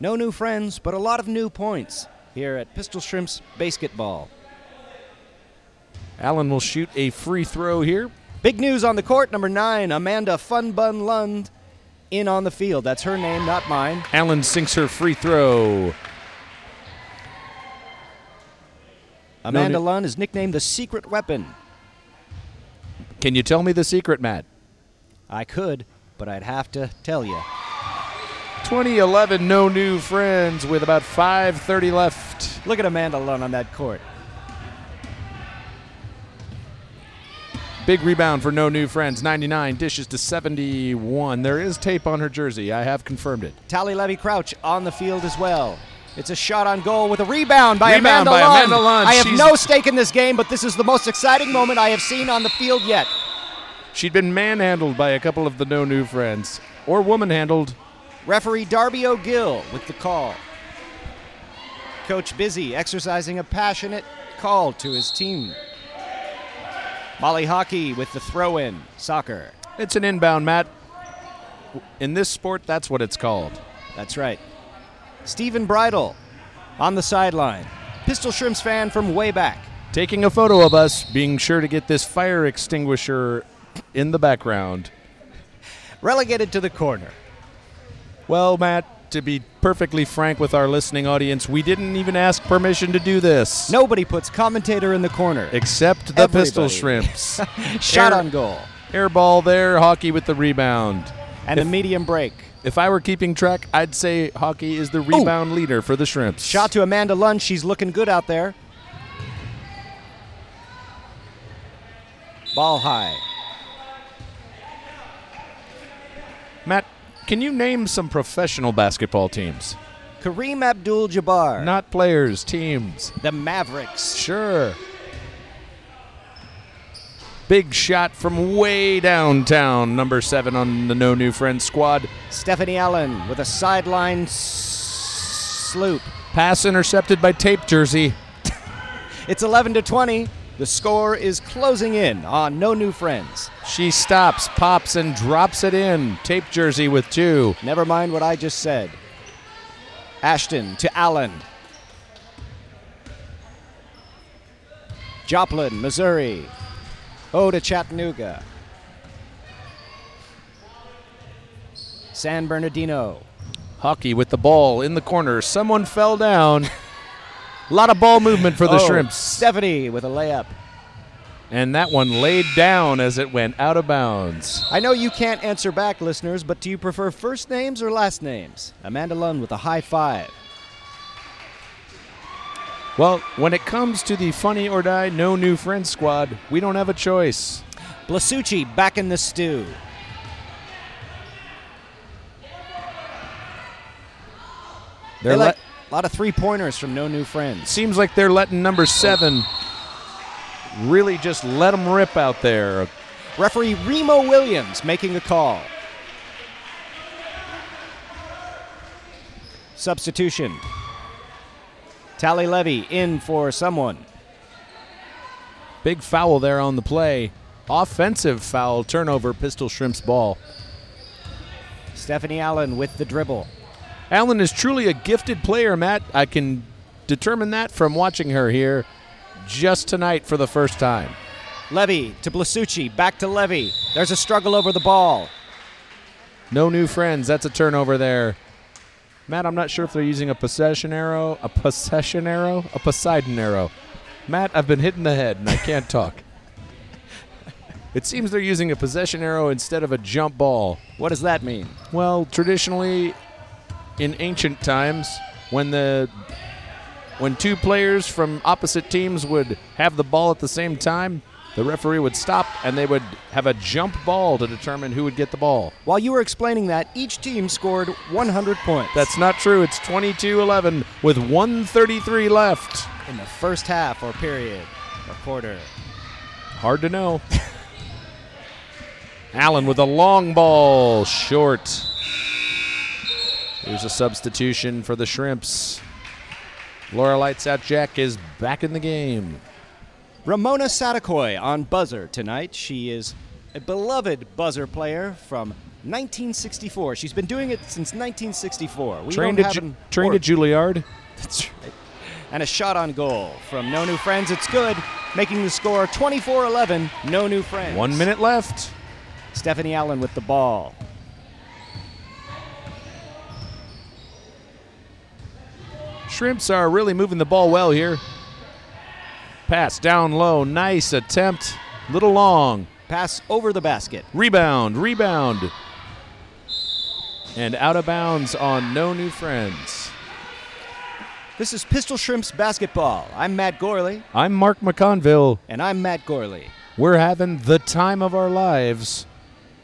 Speaker 2: No new friends, but a lot of new points here at Pistol Shrimps Basketball.
Speaker 3: Allen will shoot a free throw here.
Speaker 2: Big news on the court, number nine, Amanda Funbun Lund in on the field. That's her name, not mine.
Speaker 3: Allen sinks her free throw.
Speaker 2: Amanda
Speaker 3: new-
Speaker 2: Lund is nicknamed the secret weapon.
Speaker 3: Can you tell me the secret, Matt?
Speaker 2: I could, but I'd have to tell you.
Speaker 3: 2011 no new friends with about 5:30 left.
Speaker 2: Look at Amanda Lund on that court.
Speaker 3: Big rebound for no new friends. 99 dishes to 71. There is tape on her jersey. I have confirmed it.
Speaker 2: Tally Levy Crouch on the field as well. It's a shot on goal with a rebound by
Speaker 3: Rebound
Speaker 2: Amanda
Speaker 3: by
Speaker 2: Lund.
Speaker 3: Amanda Lund.
Speaker 2: I have
Speaker 3: She's-
Speaker 2: no stake in this game, but this is the most exciting moment I have seen on the field yet.
Speaker 3: She'd been manhandled by a couple of the no new friends or womanhandled.
Speaker 2: Referee Darby O'Gill with the call. Coach Busy exercising a passionate call to his team. Molly Hockey with the throw in. Soccer.
Speaker 3: It's an inbound, Matt. In this sport, that's what it's called.
Speaker 2: That's right. Stephen Bridle on the sideline. Pistol Shrimps fan from way back.
Speaker 3: Taking a photo of us, being sure to get this fire extinguisher in the background.
Speaker 2: Relegated to the corner.
Speaker 3: Well, Matt, to be perfectly frank with our listening audience, we didn't even ask permission to do this.
Speaker 2: Nobody puts commentator in the corner.
Speaker 3: Except the pistol
Speaker 2: Everybody.
Speaker 3: shrimps.
Speaker 2: Shot
Speaker 3: Air-
Speaker 2: on goal.
Speaker 3: Air ball there, hockey with the rebound.
Speaker 2: And the medium break.
Speaker 3: If I were keeping track, I'd say hockey is the rebound leader for the shrimps.
Speaker 2: Shot to Amanda Lund. She's looking good out there. Ball high.
Speaker 3: Matt, can you name some professional basketball teams?
Speaker 2: Kareem Abdul Jabbar.
Speaker 3: Not players, teams.
Speaker 2: The Mavericks.
Speaker 3: Sure. Big shot from way downtown, number seven on the No New Friends squad.
Speaker 2: Stephanie Allen with a sideline s- sloop.
Speaker 3: Pass intercepted by Tape Jersey.
Speaker 2: It's 11 to 20. The score is closing in on no new friends.
Speaker 3: She stops, pops, and drops it in. Tape Jersey with two.
Speaker 2: Never mind what I just said. Ashton to Allen. Joplin, Missouri. O to Chattanooga. San Bernardino.
Speaker 3: Hockey with the ball in the corner. Someone fell down. A lot of ball movement for the
Speaker 2: Oh,
Speaker 3: Shrimps.
Speaker 2: Stephanie with a layup.
Speaker 3: and that one laid down as it went out of bounds.
Speaker 2: I know you can't answer back, listeners, but do you prefer first names or last names? Amanda Lund with a high five.
Speaker 3: Well, when it comes to the Funny or Die No New Friends squad, we don't have a choice.
Speaker 2: Blasucci back in the stew.
Speaker 3: They're
Speaker 2: they like
Speaker 3: let-
Speaker 2: a lot of three pointers from no new friends.
Speaker 3: seems like they're letting number seven really just let them rip out there.
Speaker 2: Referee Remo Williams making a call. Substitution. Tally Levy in for someone.
Speaker 3: Big foul there on the play. Offensive foul, turnover, Pistol Shrimp's ball.
Speaker 2: Stephanie Allen with the dribble.
Speaker 3: Allen is truly a gifted player, Matt. I can determine that from watching her here just tonight for the first time.
Speaker 2: Levy to Blasucci. Back to Levy. There's a struggle over the ball.
Speaker 3: No new friends. That's a turnover there. Matt, I'm not sure if they're using a possession arrow, a possession arrow, a Poseidon arrow. Matt, I've been hit in the head and I can't talk. *laughs* It seems they're using a possession arrow instead of a jump ball.
Speaker 2: What does that mean?
Speaker 3: Well, traditionally, in ancient times, when the when two players from opposite teams would have the ball at the same time, the referee would stop and they would have a jump ball to determine who would get the ball.
Speaker 2: While you were explaining that, each team scored 100 points.
Speaker 3: That's not true. It's 22-11 with 133 left.
Speaker 2: in the first half or period or quarter.
Speaker 3: Hard to know. *laughs* Allen with a long ball, short. Here's a substitution for the Shrimps. Laura Lights Out Jack is back in the game.
Speaker 2: Ramona Sadakoi on buzzer tonight. She is a beloved buzzer player from 1964. She's been doing it since 1964. We
Speaker 3: Trained
Speaker 2: don't
Speaker 3: at,
Speaker 2: have
Speaker 3: Ju-
Speaker 2: an-
Speaker 3: trained
Speaker 2: or-
Speaker 3: at Juilliard.
Speaker 2: That's right. And a shot on goal from No New Friends. It's good, making the score 24 11. No New Friends.
Speaker 3: One minute left.
Speaker 2: Stephanie Allen with the ball.
Speaker 3: Shrimps are really moving the ball well here. Pass down low. Nice attempt. Little long.
Speaker 2: Pass over the basket.
Speaker 3: Rebound, rebound. And out of bounds on no new friends.
Speaker 2: This is Pistol Shrimps basketball. I'm Matt Gorley,
Speaker 3: I'm Mark McConville.
Speaker 2: and I'm Matt Gorley.
Speaker 3: We're having the time of our lives.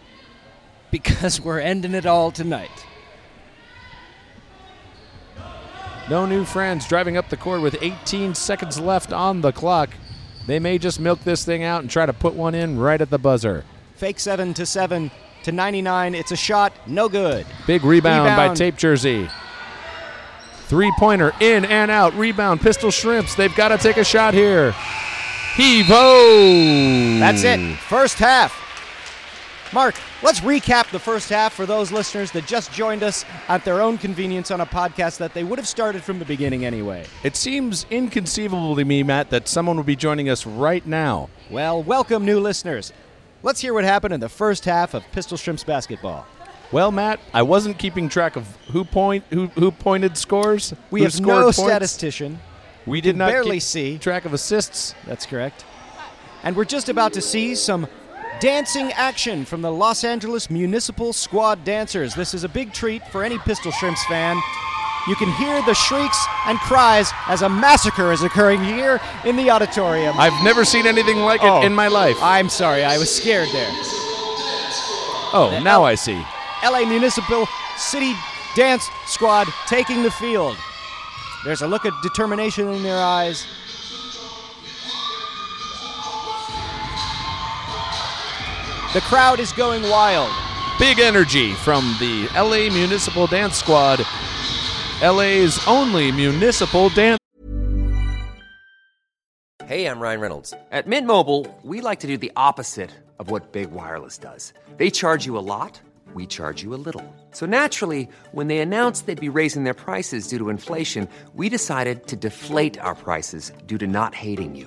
Speaker 2: *laughs* because we're ending it all tonight.
Speaker 3: No new friends driving up the court with 18 seconds left on the clock. They may just milk this thing out and try to put one in right at the buzzer.
Speaker 2: Fake seven to seven to 99. It's a shot, no good.
Speaker 3: Big rebound, by
Speaker 2: Rebound.
Speaker 3: Tape Jersey. Three pointer in and out. Rebound, Pistol Shrimps. They've got to take a shot here. Heave ho!
Speaker 2: That's
Speaker 3: Mm.
Speaker 2: it. First half. Mark, let's recap the first half for those listeners that just joined us at their own convenience on a podcast that they would have started from the beginning anyway.
Speaker 3: It seems inconceivable to me, Matt, that someone would be joining us right now.
Speaker 2: Well, welcome, new listeners. Let's hear what happened in the first half of Pistol Shrimps basketball.
Speaker 3: Well, Matt, I wasn't keeping track of who point who who pointed scores.
Speaker 2: We
Speaker 3: who
Speaker 2: have
Speaker 3: scored
Speaker 2: no
Speaker 3: points.
Speaker 2: statistician.
Speaker 3: We did
Speaker 2: can
Speaker 3: not
Speaker 2: barely
Speaker 3: keep
Speaker 2: see.
Speaker 3: track of assists.
Speaker 2: That's correct. And we're just about to see some dancing action from the Los Angeles Municipal Squad dancers. This is a big treat for any Pistol Shrimps fan. You can hear the shrieks and cries as a massacre is occurring here in the auditorium.
Speaker 3: I've never seen anything like it
Speaker 2: Oh.
Speaker 3: in my life.
Speaker 2: I'm sorry, I was scared there.
Speaker 3: oh, now I see.
Speaker 2: LA Municipal City Dance Squad taking the field. There's a look of determination in their eyes. The crowd is going wild.
Speaker 3: Big energy from the LA Municipal Dance Squad. LA's only municipal dance.
Speaker 5: Hey, I'm Ryan Reynolds. At Mint Mobile, we like to do the opposite of what Big Wireless does. They charge you a lot, we charge you a little. So naturally, when they announced they'd be raising their prices due to inflation, we decided to deflate our prices due to not hating you.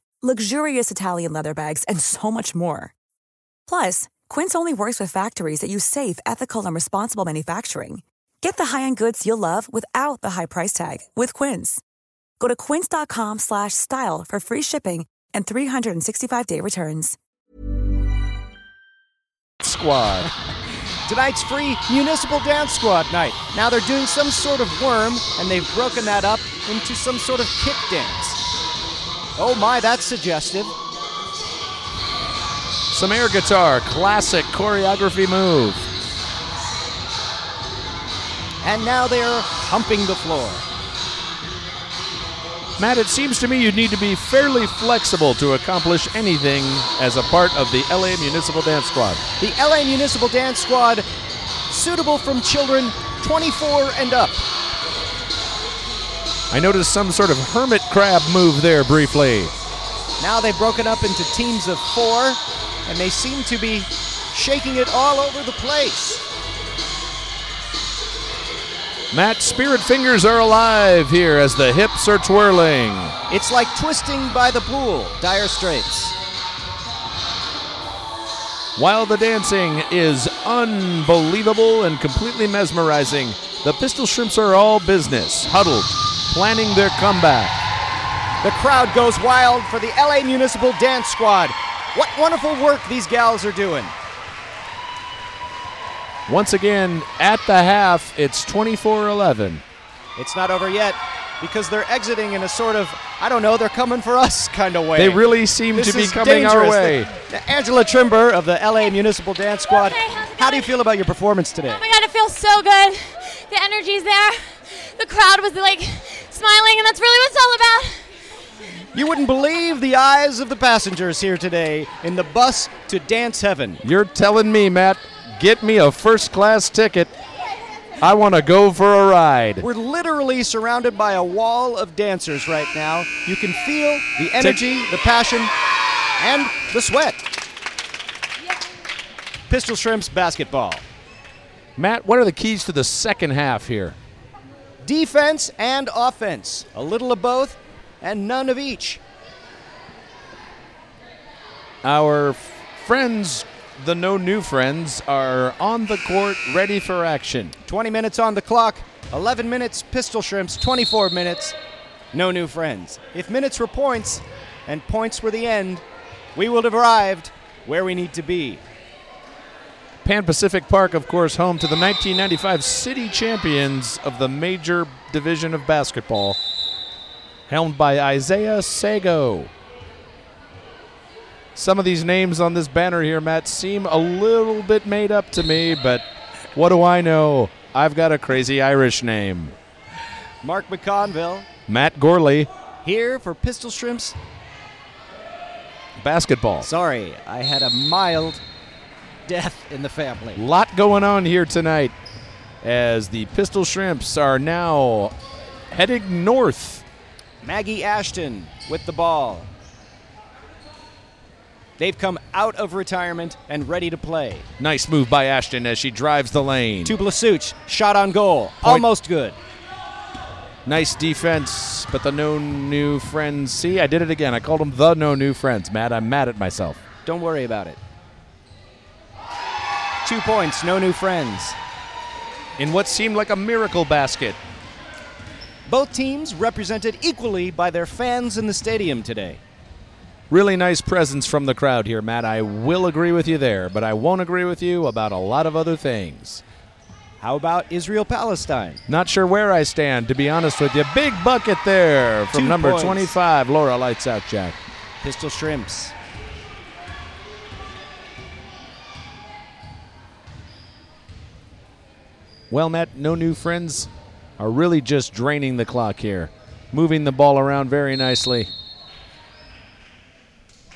Speaker 6: luxurious Italian leather bags, and so much more. Plus, Quince only works with factories that use safe, ethical, and responsible manufacturing. Get the high-end goods you'll love without the high price tag with Quince. Go to quince.com/style slash style for free shipping and 365-day returns.
Speaker 3: Squad.
Speaker 2: Tonight's free Municipal Dance Squad night. Now they're doing some sort of worm, and they've broken that up into some sort of kick dance. Oh my, that's suggestive.
Speaker 3: Some air guitar, classic choreography move.
Speaker 2: And now they're humping the floor.
Speaker 3: Matt, it seems to me you need to be fairly flexible to accomplish anything as a part of the LA Municipal Dance Squad.
Speaker 2: The LA Municipal Dance Squad, suitable from children 24 and up.
Speaker 3: I noticed some sort of hermit crab move there briefly.
Speaker 2: Now they've broken up into teams of four, and they seem to be shaking it all over the place.
Speaker 3: Matt, spirit fingers are alive here as the hips are twirling.
Speaker 2: It's like twisting by the pool, Dire Straits.
Speaker 3: While the dancing is unbelievable and completely mesmerizing, the Pistol Shrimps are all business, huddled, planning their comeback.
Speaker 2: The crowd goes wild for the LA Municipal Dance Squad. What wonderful work these gals are doing.
Speaker 3: Once again, at the half, it's 24 11.
Speaker 2: It's not over yet because they're exiting in a sort of, I don't know, they're coming for us *laughs* kind of way.
Speaker 3: They really seem
Speaker 2: This
Speaker 3: to be
Speaker 2: is
Speaker 3: coming our
Speaker 2: dangerous.
Speaker 3: way.
Speaker 2: The- Angela Trimber of the LA Municipal Dance Squad.
Speaker 4: Okay, how's it
Speaker 2: How do you
Speaker 4: going?
Speaker 2: feel about your performance today?
Speaker 4: Oh my god, it feels so good. The energy's there. The crowd was like smiling, and that's really what it's all about.
Speaker 2: You wouldn't believe the eyes of the passengers here today in the bus to Dance Heaven.
Speaker 3: You're telling me, Matt, get me a first class ticket. I want to go for a ride.
Speaker 2: We're literally surrounded by a wall of dancers right now. You can feel the energy, the passion, and the sweat. Pistol Shrimps basketball.
Speaker 3: Matt, what are the keys to the second half here?
Speaker 2: Defense and offense. A little of both and none of each.
Speaker 3: Our f- friends, the no new friends, are on the court ready for action.
Speaker 2: 20 minutes on the clock, 11 minutes pistol shrimps, 24 minutes, no new friends. If minutes were points and points were the end, we would have arrived where we need to be.
Speaker 3: Pan Pacific Park, of course, home to the 1995 city champions of the major division of basketball, helmed by Isaiah Sago. Some of these names on this banner here, Matt, seem a little bit made up to me, but what do I know? I've got a crazy Irish name.
Speaker 2: Mark McConville
Speaker 3: Matt Gorley,
Speaker 2: here for pistol shrimps.
Speaker 3: basketball.
Speaker 2: Sorry, I had a mild death in the family.
Speaker 3: Lot going on here tonight as the Pistol Shrimps are now heading north.
Speaker 2: Maggie Ashton with the ball. They've come out of retirement and ready to play.
Speaker 3: Nice move by Ashton as she drives the lane.
Speaker 2: To Blasuch, shot on goal. Almost good.
Speaker 3: Nice defense, but the no new friends. See, I did it again. I called them the no new friends. Matt, I'm mad at myself.
Speaker 2: Don't worry about it. Two points, no new friends.
Speaker 3: In what seemed like a miracle basket,
Speaker 2: Both teams represented equally by their fans in the stadium today.
Speaker 3: really nice presence from the crowd here, Matt. I will agree with you there, but I won't agree with you about a lot of other things.
Speaker 2: How about Israel Palestine?
Speaker 3: Not sure where I stand, to be honest with you. Big bucket there from
Speaker 2: Two
Speaker 3: number
Speaker 2: points.
Speaker 3: 25, Laura Lights Out Jack.
Speaker 2: Pistol Shrimps.
Speaker 3: Well, Matt, no new friends are really just draining the clock here, moving the ball around very nicely.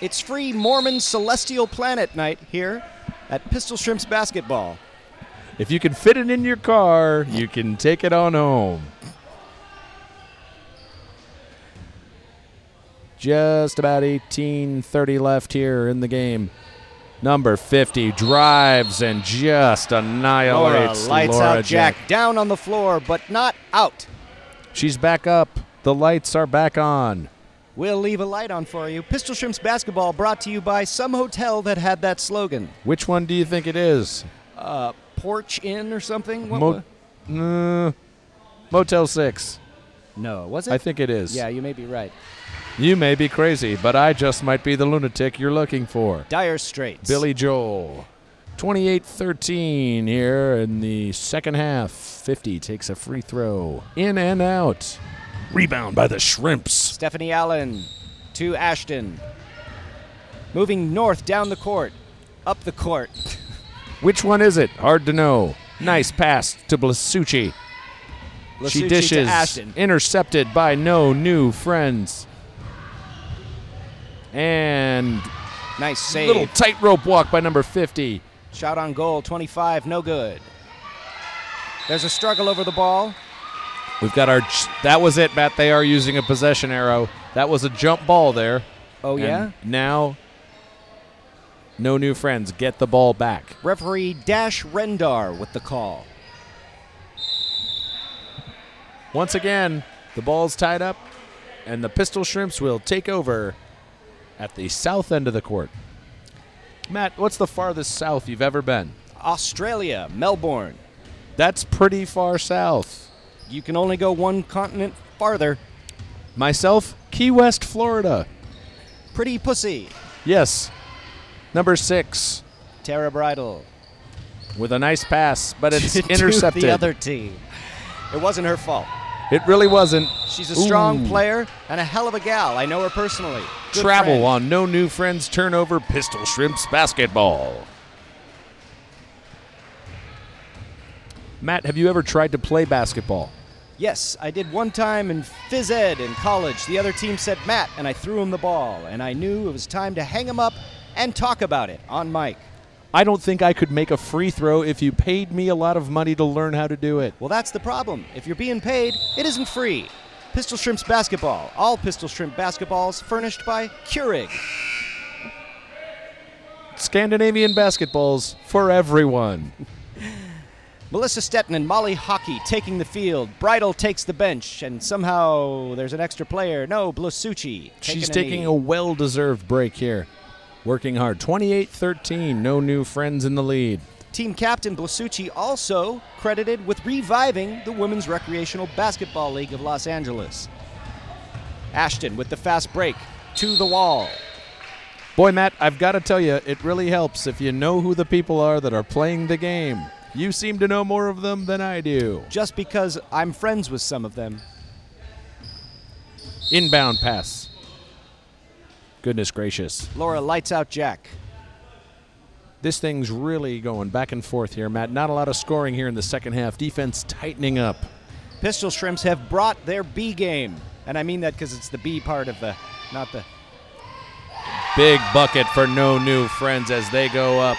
Speaker 2: It's free Mormon celestial planet night here at Pistol Shrimps basketball.
Speaker 3: If you can fit it in your car, you can take it on home. Just about 18:30 left here in the game. Number 50 drives and just
Speaker 2: Laura
Speaker 3: annihilates
Speaker 2: lights
Speaker 3: Laura
Speaker 2: out Jack. down on the floor, but not out.
Speaker 3: She's back up. The lights are back on.
Speaker 2: We'll leave a light on for you. Pistol Shrimps basketball brought to you by some hotel that had that slogan.
Speaker 3: Which one do you think it is?
Speaker 2: Porch Inn or something? What wa-
Speaker 3: Mo- uh, Motel 6.
Speaker 2: no, was it?
Speaker 3: I think it is.
Speaker 2: Yeah, you may be right.
Speaker 3: You may be crazy, but I just might be the lunatic you're looking for.
Speaker 2: Dire Straits.
Speaker 3: Billy Joel. 28-13 here in the second half. 50 takes a free throw. In and out. Rebound by the Shrimps.
Speaker 2: Stephanie Allen. to Ashton. Moving north down the court, up the
Speaker 3: *laughs*
Speaker 2: court.
Speaker 3: Which one is it? Hard to know. Nice pass to Blasucci.
Speaker 2: Lasucci
Speaker 3: She
Speaker 2: to
Speaker 3: dishes.
Speaker 2: Ashton.
Speaker 3: Intercepted by no new friends. And
Speaker 2: Nice save.
Speaker 3: little tightrope walk by number 50.
Speaker 2: Shot on goal, 25, no good. There's a struggle over the ball.
Speaker 3: We've got our. j- That was it, Matt. They are using a possession arrow. That was a jump ball there.
Speaker 2: Oh,
Speaker 3: And
Speaker 2: yeah?
Speaker 3: Now, no new friends. Get the ball back.
Speaker 2: Referee Dash Rendar with the call.
Speaker 3: Once again, the ball's tied up, and the Pistol Shrimps will take over at the south end of the court. Matt, what's the farthest south you've ever been?
Speaker 2: Australia, Melbourne.
Speaker 3: That's pretty far south.
Speaker 2: You can only go one continent farther.
Speaker 3: Myself, Key West, Florida.
Speaker 2: Pretty pussy.
Speaker 3: Yes. Number six
Speaker 2: Tara Bridal.
Speaker 3: with a nice pass, but
Speaker 2: *laughs*
Speaker 3: it's
Speaker 2: To
Speaker 3: intercepted.
Speaker 2: the other team. It wasn't her fault.
Speaker 3: It really wasn't.
Speaker 2: She's a strong
Speaker 3: Ooh.
Speaker 2: player and a hell of a gal. I know her personally. Good
Speaker 3: Travel
Speaker 2: friend.
Speaker 3: on no new friends turnover pistol shrimps basketball. Matt, have you ever tried to play basketball?
Speaker 2: Yes, I did one time in phys ed in college. The other team said Matt, and I threw him the ball, and I knew it was time to hang him up and talk about it on mic.
Speaker 3: I don't think I could make a free throw if you paid me a lot of money to learn how to do it.
Speaker 2: Well, that's the problem. If you're being paid, it isn't free. Pistol Shrimps basketball. All Pistol Shrimp basketballs furnished by Keurig.
Speaker 3: Scandinavian basketballs for everyone.
Speaker 2: Melissa Stetton and Molly Hockey taking the field. Bridle takes the bench, and somehow there's an extra player. No, Blasucci.
Speaker 3: She's
Speaker 2: a
Speaker 3: taking
Speaker 2: knee.
Speaker 3: a well deserved break here. Working hard. 28 13. No new friends in the lead.
Speaker 2: Team captain Blasucci also credited with reviving the Women's Recreational Basketball League of Los Angeles. Ashton with the fast break to the wall.
Speaker 3: Boy, Matt, I've got to tell you, it really helps if you know who the people are that are playing the game. You seem to know more of them than I do.
Speaker 2: Just because I'm friends with some of them.
Speaker 3: Inbound pass. Goodness gracious.
Speaker 2: Laura lights out Jack.
Speaker 3: This thing's really going back and forth here, Matt. Not a lot of scoring here in the second half. Defense tightening up.
Speaker 2: Pistol Shrimps have brought their B game. And I mean that because it's the B part of the, not the.
Speaker 3: Big bucket for no new friends as they go up.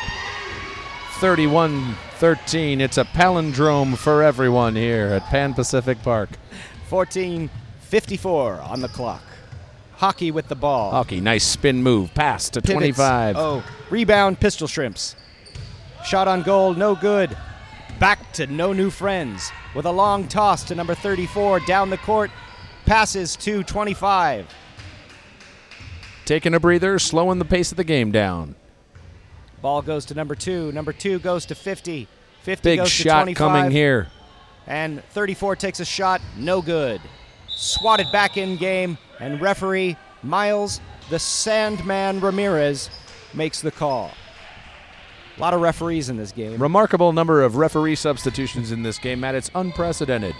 Speaker 3: 31 13. It's a palindrome for everyone here at Pan Pacific Park.
Speaker 2: 14 54 on the clock. Hockey with the ball.
Speaker 3: Hockey, nice spin move. Pass to
Speaker 2: Pivots.
Speaker 3: 25.
Speaker 2: Oh, rebound, pistol shrimps. Shot on goal, no good. Back to no new friends with a long toss to number 34 down the court. Passes to 25.
Speaker 3: Taking a breather, slowing the pace of the game down.
Speaker 2: Ball goes to number two. Number two goes to 50. 50
Speaker 3: Big
Speaker 2: goes to
Speaker 3: shot
Speaker 2: 25.
Speaker 3: coming here.
Speaker 2: And 34 takes a shot, no good. Swatted back in game, and referee Miles the Sandman Ramirez makes the call. A lot of referees in this game.
Speaker 3: Remarkable number of referee substitutions in this game, Matt. It's unprecedented.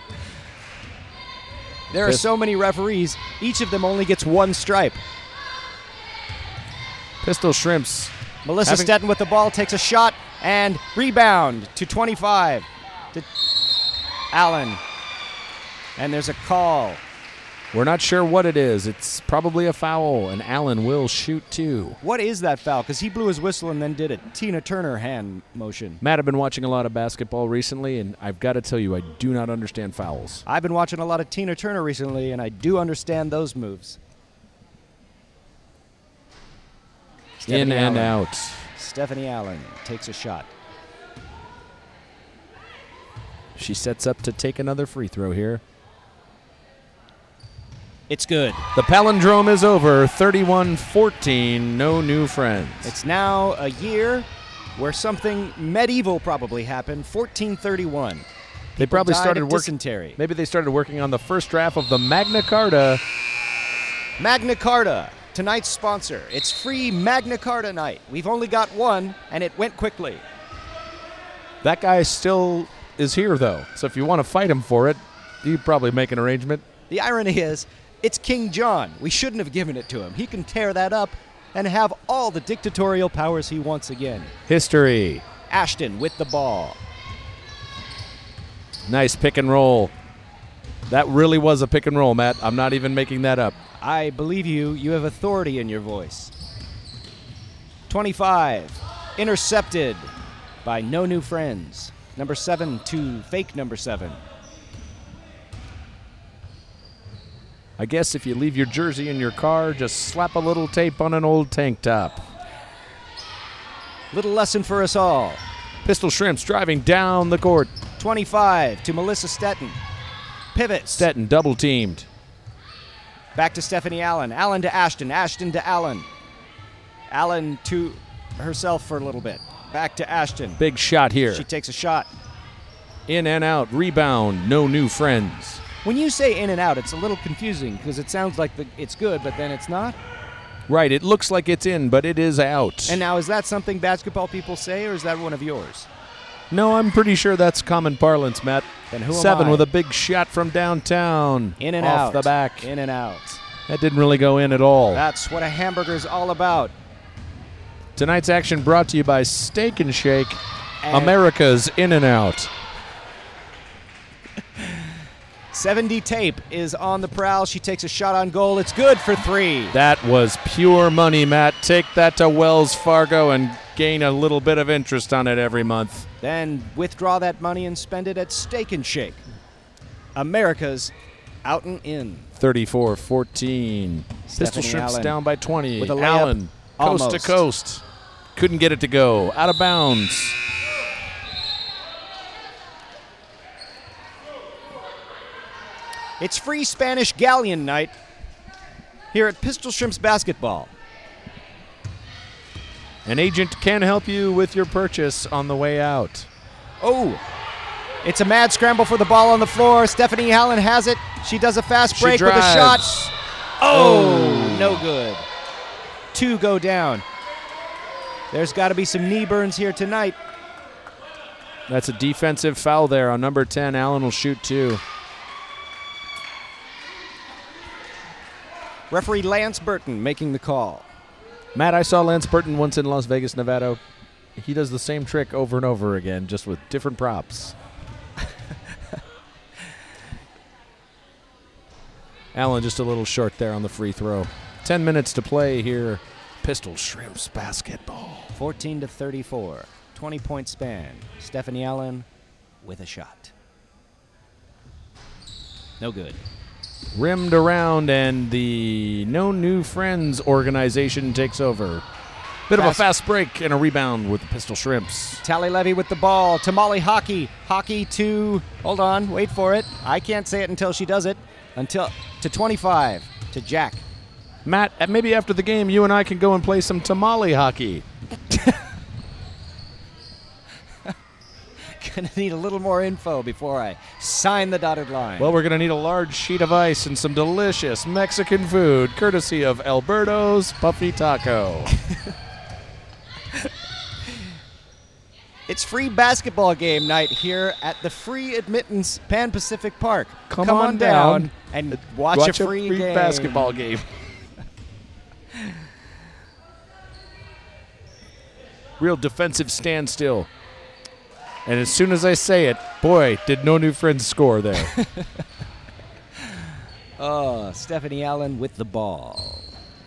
Speaker 2: There are
Speaker 3: Pist-
Speaker 2: so many referees, each of them only gets one stripe.
Speaker 3: Pistol Shrimps.
Speaker 2: Melissa
Speaker 3: Having-
Speaker 2: Stetton with the ball takes a shot and rebound to 25 to Allen. And there's a call.
Speaker 3: We're not sure what it is. It's probably a foul, and Allen will shoot too.
Speaker 2: What is that foul? Because he blew his whistle and then did a Tina Turner hand motion.
Speaker 3: Matt, I've been watching a lot of basketball recently, and I've got to tell you, I do not understand fouls.
Speaker 2: I've been watching a lot of Tina Turner recently, and I do understand those moves.
Speaker 3: In
Speaker 2: Stephanie
Speaker 3: and
Speaker 2: Allen.
Speaker 3: out.
Speaker 2: Stephanie Allen takes a shot.
Speaker 3: She sets up to take another free throw here.
Speaker 2: It's good.
Speaker 3: The palindrome is over 31 14. No new friends.
Speaker 2: It's now a year where something medieval probably happened. 1431.
Speaker 3: they probably
Speaker 2: died
Speaker 3: started
Speaker 2: of
Speaker 3: working.
Speaker 2: dysentery.
Speaker 3: Maybe they started working on the first draft of the Magna Carta.
Speaker 2: Magna Carta, tonight's sponsor. It's free Magna Carta night. We've only got one, and it went quickly.
Speaker 3: That guy still is here, though. So if you want to fight him for it, you probably make an arrangement.
Speaker 2: The irony is, It's King John. We shouldn't have given it to him. He can tear that up and have all the dictatorial powers he wants again.
Speaker 3: History.
Speaker 2: Ashton with the ball.
Speaker 3: Nice pick and roll. That really was a pick and roll, Matt. I'm not even making that up.
Speaker 2: I believe you. You have authority in your voice. 25. Intercepted by No New Friends. Number 7 to fake number 7.
Speaker 3: I guess if you leave your jersey in your car, just slap a little tape on an old tank top.
Speaker 2: Little lesson for us all.
Speaker 3: Pistol Shrimps driving down the court.
Speaker 2: 25 to Melissa Stetton. Pivots.
Speaker 3: Stetton double teamed.
Speaker 2: Back to Stephanie Allen. Allen to Ashton. Ashton to Allen. Allen to herself for a little bit. Back to Ashton.
Speaker 3: Big shot here.
Speaker 2: She takes a shot.
Speaker 3: In and out. Rebound. No new friends.
Speaker 2: When you say in and out, it's a little confusing because it sounds like the, it's good, but then it's not.
Speaker 3: Right. It looks like it's in, but it is out.
Speaker 2: And now, is that something basketball people say, or is that one of yours?
Speaker 3: no, I'm pretty sure that's common parlance, Matt.
Speaker 2: Then who am
Speaker 3: Seven
Speaker 2: I?
Speaker 3: with a big shot from downtown.
Speaker 2: In and
Speaker 3: off
Speaker 2: out.
Speaker 3: the back.
Speaker 2: In Ah. and out.
Speaker 3: that didn't really go in at all.
Speaker 2: That's what a hamburger's all about.
Speaker 3: Tonight's action brought to you by Steak and Shake,
Speaker 2: And-
Speaker 3: America's In and Out.
Speaker 2: 70 tape is on the prowl. She takes a shot on goal. It's good for three.
Speaker 3: That was pure money, Matt. Take that to Wells Fargo and gain a little bit of interest on it every month.
Speaker 2: Then withdraw that money and spend it at Steak and Shake. America's out and in.
Speaker 3: 34 14. Pistol
Speaker 2: Stephanie
Speaker 3: Shrimps
Speaker 2: Allen
Speaker 3: down by 20.
Speaker 2: with a layup.
Speaker 3: Allen, coast to
Speaker 2: Almost.
Speaker 3: coast. Couldn't get it to go. Out of bounds.
Speaker 2: It's free Spanish galleon night here at Pistol Shrimps Basketball.
Speaker 3: An agent can help you with your purchase on the way out.
Speaker 2: Oh, it's a mad scramble for the ball on the floor. Stephanie Allen has it. She does a fast
Speaker 3: She
Speaker 2: break with a shot.
Speaker 3: drives.
Speaker 2: Oh, no good. Two go down. There's got to be some knee burns here tonight.
Speaker 3: That's a defensive foul there on number 10. Allen will shoot two.
Speaker 2: Referee Lance Burton making the call.
Speaker 3: Matt, I saw Lance Burton once in Las Vegas, Nevada. He does the same trick over and over again, just with different props. *laughs* Allen just a little short there on the free throw. 10 minutes to play here. Pistol Shrimps basketball.
Speaker 2: 14 to 34, 20 point span. Stephanie Allen with a shot. No good.
Speaker 3: Rimmed around, and the No New Friends organization takes over. Bit of a
Speaker 2: Fast-
Speaker 3: fast break and a rebound with the Pistol Shrimps.
Speaker 2: Tally Levy with the ball. Tamale Hockey. Hockey to. Hold on, wait for it. I can't say it until she does it. Until to 25 to Jack. *laughs*
Speaker 3: Matt, uh, maybe after the game, you and I can go and play some tamale hockey.
Speaker 2: Gonna need a little more info before I sign the dotted line.
Speaker 3: Well, we're going to need a large sheet of ice and some delicious Mexican food, courtesy of Alberto's Puffy Taco.
Speaker 2: it's free basketball game night here at the Free Admittance Pan Pacific Park.
Speaker 3: Come
Speaker 2: on,
Speaker 3: on
Speaker 2: down,
Speaker 3: down
Speaker 2: and watch, a free, game.
Speaker 3: basketball game. *laughs* Real defensive standstill. And as soon as I say it, boy, did no new friends
Speaker 2: *laughs*
Speaker 3: score there.
Speaker 2: Uh, Stephanie Allen with the ball.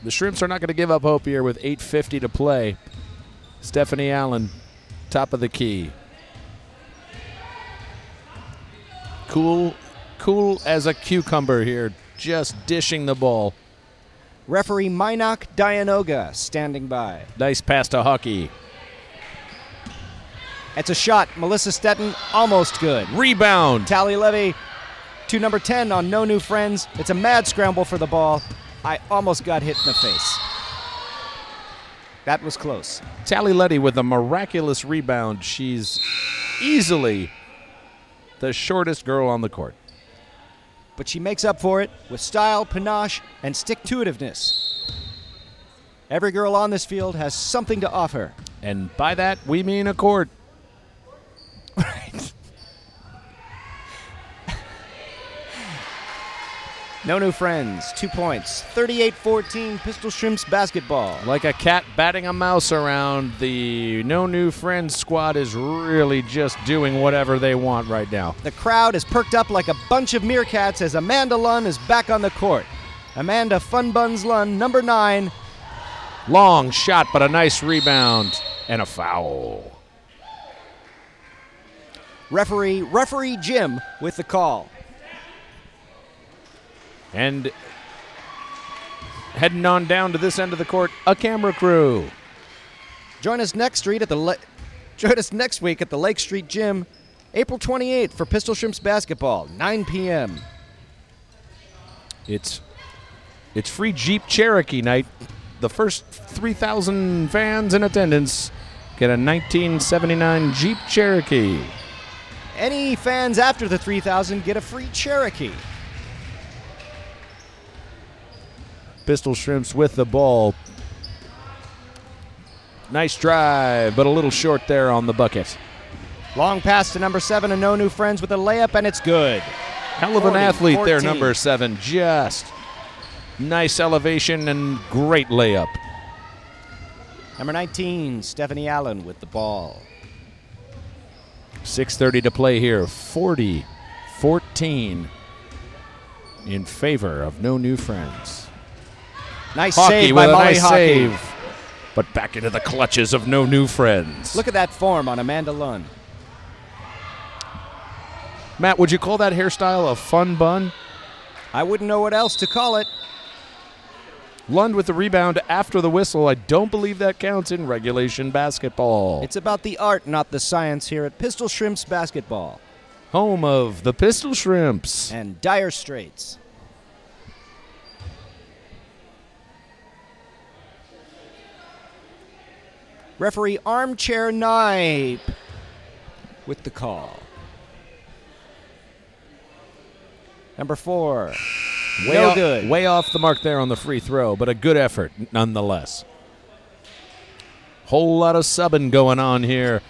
Speaker 3: The Shrimps are not going to give up hope here with 8.50 to play. Stephanie Allen, top of the key. Cool, cool as a cucumber here, just dishing the ball.
Speaker 2: Referee Minok Dianoga standing by.
Speaker 3: Nice pass to Hockey.
Speaker 2: It's a shot. Melissa Stetton almost good.
Speaker 3: Rebound.
Speaker 2: Tally Levy to number 10 on No New Friends. It's a mad scramble for the ball. I almost got hit in the face. That was close.
Speaker 3: Tally Letty with a miraculous rebound. She's easily the shortest girl on the court.
Speaker 2: But she makes up for it with style, panache, and stick to itiveness. Every girl on this field has something to offer.
Speaker 3: And by that, we mean a court.
Speaker 2: No new friends. Two points. 38-14 Pistol Shrimps basketball.
Speaker 3: Like a cat batting a mouse around, the No New Friends squad is really just doing whatever they want right now.
Speaker 2: The crowd is perked up like a bunch of meerkats as Amanda Lunn is back on the court. Amanda Funbuns Lunn, number nine.
Speaker 3: Long shot, but a nice rebound and a foul.
Speaker 2: Referee, referee Jim with the call.
Speaker 3: And heading on down to this end of the court, a camera crew.
Speaker 2: Join us next street at the Le- join us next week at the Lake Street Gym, April 28th for Pistol Shrimps basketball, 9 p.m.
Speaker 3: It's it's free Jeep Cherokee night. The first 3,000 fans in attendance get a 1979 Jeep Cherokee.
Speaker 2: Any fans after the 3,000 get a free Cherokee.
Speaker 3: Pistol Shrimps with the ball. Nice drive, but a little short there on the bucket.
Speaker 2: Long pass to number seven and no new friends with a layup, and it's good.
Speaker 3: Hell of an
Speaker 2: 40,
Speaker 3: athlete there,
Speaker 2: 14.
Speaker 3: number seven. Just nice elevation and great layup.
Speaker 2: Number 19, Stephanie Allen with the ball.
Speaker 3: 6.30 to play here. 40 14 in favor of no new friends.
Speaker 2: Nice
Speaker 3: Hockey
Speaker 2: save by
Speaker 3: with a
Speaker 2: Molly
Speaker 3: nice
Speaker 2: Hockey.
Speaker 3: save. But back into the clutches of no new friends.
Speaker 2: Look at that form on Amanda Lund.
Speaker 3: Matt, would you call that hairstyle a fun bun?
Speaker 2: I wouldn't know what else to call it.
Speaker 3: Lund with the rebound after the whistle. I don't believe that counts in regulation basketball.
Speaker 2: It's about the art, not the science here at Pistol Shrimps Basketball
Speaker 3: home of the Pistol Shrimps.
Speaker 2: and Dire Straits. Referee Armchair Knipe with the call. Number four.
Speaker 3: Way
Speaker 2: no
Speaker 3: off,
Speaker 2: good.
Speaker 3: Way off the mark there on the free throw, but a good effort nonetheless. Whole lot of subbing going on here.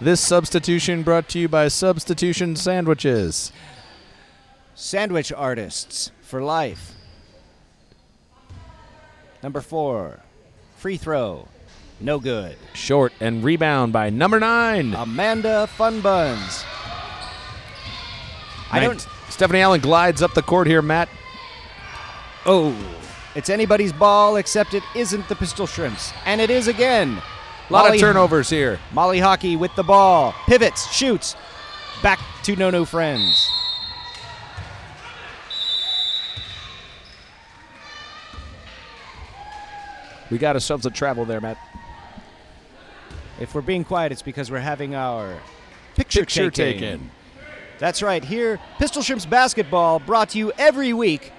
Speaker 3: This substitution brought to you by Substitution Sandwiches.
Speaker 2: Sandwich Artists for Life. Number four, free throw, no good.
Speaker 3: Short and rebound by number nine.
Speaker 2: Amanda Funbuns. I
Speaker 3: Nine-
Speaker 2: don't.
Speaker 3: Stephanie Allen glides up the court here, Matt.
Speaker 2: Oh. It's anybody's ball, except it isn't the Pistol Shrimps. And it is again.
Speaker 3: A lot
Speaker 2: Molly-
Speaker 3: of turnovers here.
Speaker 2: Molly Hockey with the ball. Pivots, shoots. Back to No No Friends.
Speaker 3: We got ourselves a travel there, Matt.
Speaker 2: If we're being quiet, it's because we're having our picture,
Speaker 3: Picture
Speaker 2: taking.
Speaker 3: taken.
Speaker 2: That's right, here, Pistol Shrimps Basketball brought to you every week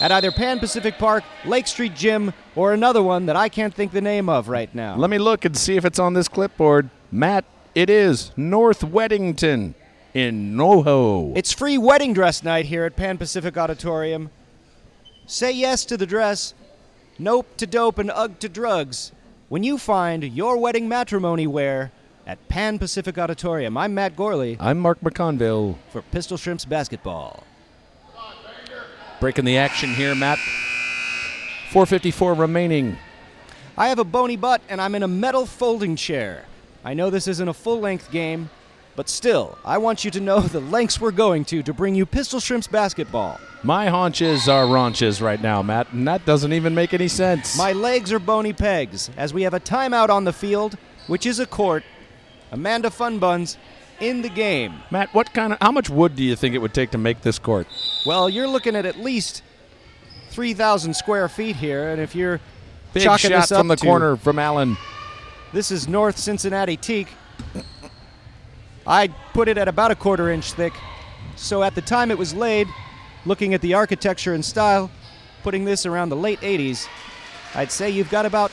Speaker 2: at either Pan Pacific Park, Lake Street Gym, or another one that I can't think the name of right now.
Speaker 3: Let me look and see if it's on this clipboard. Matt, it is North Weddington in NoHo.
Speaker 2: It's free wedding dress night here at Pan Pacific Auditorium. Say yes to the dress, nope to dope, and ugh to drugs when you find your wedding matrimony wear at Pan Pacific Auditorium. I'm Matt Gorley
Speaker 3: I'm Mark McConville.
Speaker 2: for Pistol Shrimps Basketball.
Speaker 3: Breaking the action here, Matt. 454 remaining.
Speaker 2: I have a bony butt and I'm in a metal folding chair. I know this isn't a full length game, but still, I want you to know *laughs* the lengths we're going to to bring you Pistol Shrimps basketball.
Speaker 3: My haunches are raunches right now, Matt, and that doesn't even make any sense.
Speaker 2: My legs are bony pegs as we have a timeout on the field, which is a court. Amanda Funbuns in the game.
Speaker 3: Matt, what kind of how much wood do you think it would take to make this court?
Speaker 2: Well, you're looking at at least 3,000 square feet here, and if you're
Speaker 3: Big
Speaker 2: chalking
Speaker 3: shot
Speaker 2: this up
Speaker 3: from the
Speaker 2: to-
Speaker 3: corner from Allen.
Speaker 2: This is North Cincinnati teak. I put it at about a quarter inch thick. So at the time it was laid, looking at the architecture and style, putting this around the late 80s, I'd say you've got about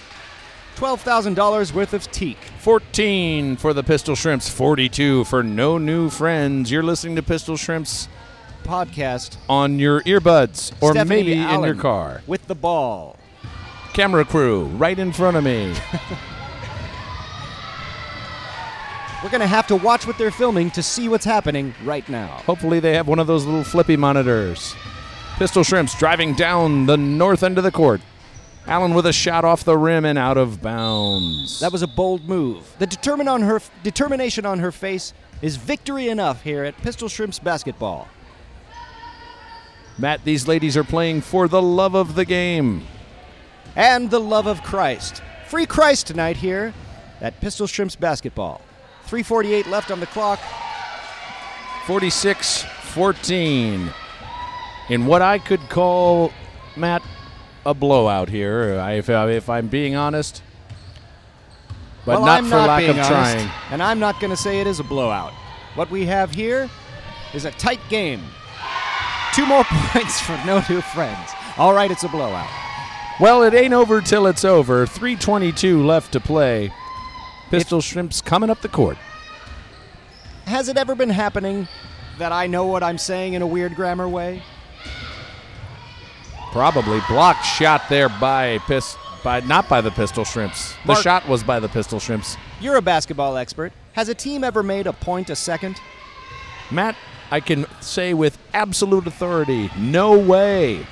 Speaker 2: $12,000 worth of teak.
Speaker 3: 14 for the Pistol Shrimps, 42 for no new friends. You're listening to Pistol Shrimps
Speaker 2: Podcast.
Speaker 3: on your earbuds or
Speaker 2: Stephanie
Speaker 3: maybe in your
Speaker 2: Allen
Speaker 3: car.
Speaker 2: With the ball.
Speaker 3: Camera crew right in front of me.
Speaker 2: We're going to have to watch what they're filming to see what's happening right now.
Speaker 3: Hopefully they have one of those little flippy monitors. Pistol Shrimps driving down the north end of the court. Allen with a shot off the rim and out of bounds.
Speaker 2: That was a bold move. The determin on her determination on her face is victory enough here at Pistol Shrimps basketball.
Speaker 3: Matt, these ladies are playing for the love of the game.
Speaker 2: and the love of Christ. Free Christ tonight here at Pistol Shrimps Basketball. 348 left on the clock.
Speaker 3: 46 14. In what I could call, Matt, a blowout here, I- if, uh, if I'm being honest. But
Speaker 2: well,
Speaker 3: not
Speaker 2: I'm
Speaker 3: for
Speaker 2: not
Speaker 3: lack
Speaker 2: being
Speaker 3: of
Speaker 2: honest,
Speaker 3: trying.
Speaker 2: And I'm not going to say it is a blowout. What we have here is a tight game. Two more *laughs* points for no new friends. All right, it's a blowout.
Speaker 3: Well, it ain't over till it's over. 322 left to play. Pistol Shrimps coming up the court.
Speaker 2: Has it ever been happening that I know what I'm saying in a weird grammar way?
Speaker 3: Probably blocked shot there by pist- by not by the Pistol Shrimps. The
Speaker 2: Mark-
Speaker 3: shot was by the Pistol Shrimps.
Speaker 2: You're a basketball expert. Has a team ever made a point a second?
Speaker 3: Matt, I can say with absolute authority, no way.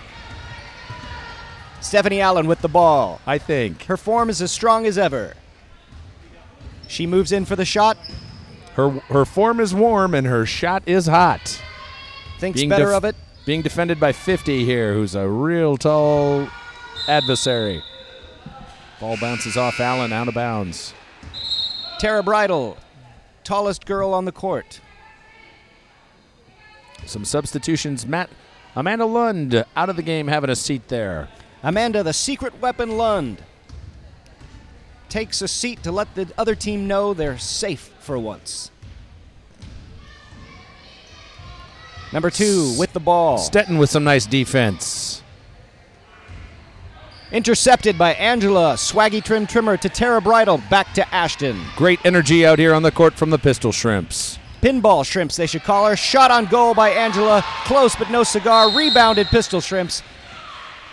Speaker 2: Stephanie Allen with the ball.
Speaker 3: I think
Speaker 2: Her form is as strong as ever. She moves in for the shot,
Speaker 3: her her form is warm and her shot is hot.
Speaker 2: thinks better
Speaker 3: def-
Speaker 2: of it.
Speaker 3: Being defended by 50 here, who's a real tall adversary. Ball bounces off Allen out of bounds.
Speaker 2: Tara Bridle, tallest girl on the court.
Speaker 3: Some substitutions. Matt Amanda Lund out of the game, having a seat there.
Speaker 2: Amanda, the secret weapon Lund, takes a seat to let the other team know they're safe for once. Number two with the ball.
Speaker 3: Stetton with some nice defense.
Speaker 2: Intercepted by Angela, swaggy trim trimmer to Tara Bridle, back to Ashton.
Speaker 3: Great energy out here on the court from the Pistol Shrimps.
Speaker 2: Pinball Shrimps, they should call her. Shot on goal by Angela. Close but no cigar. Rebounded Pistol Shrimps.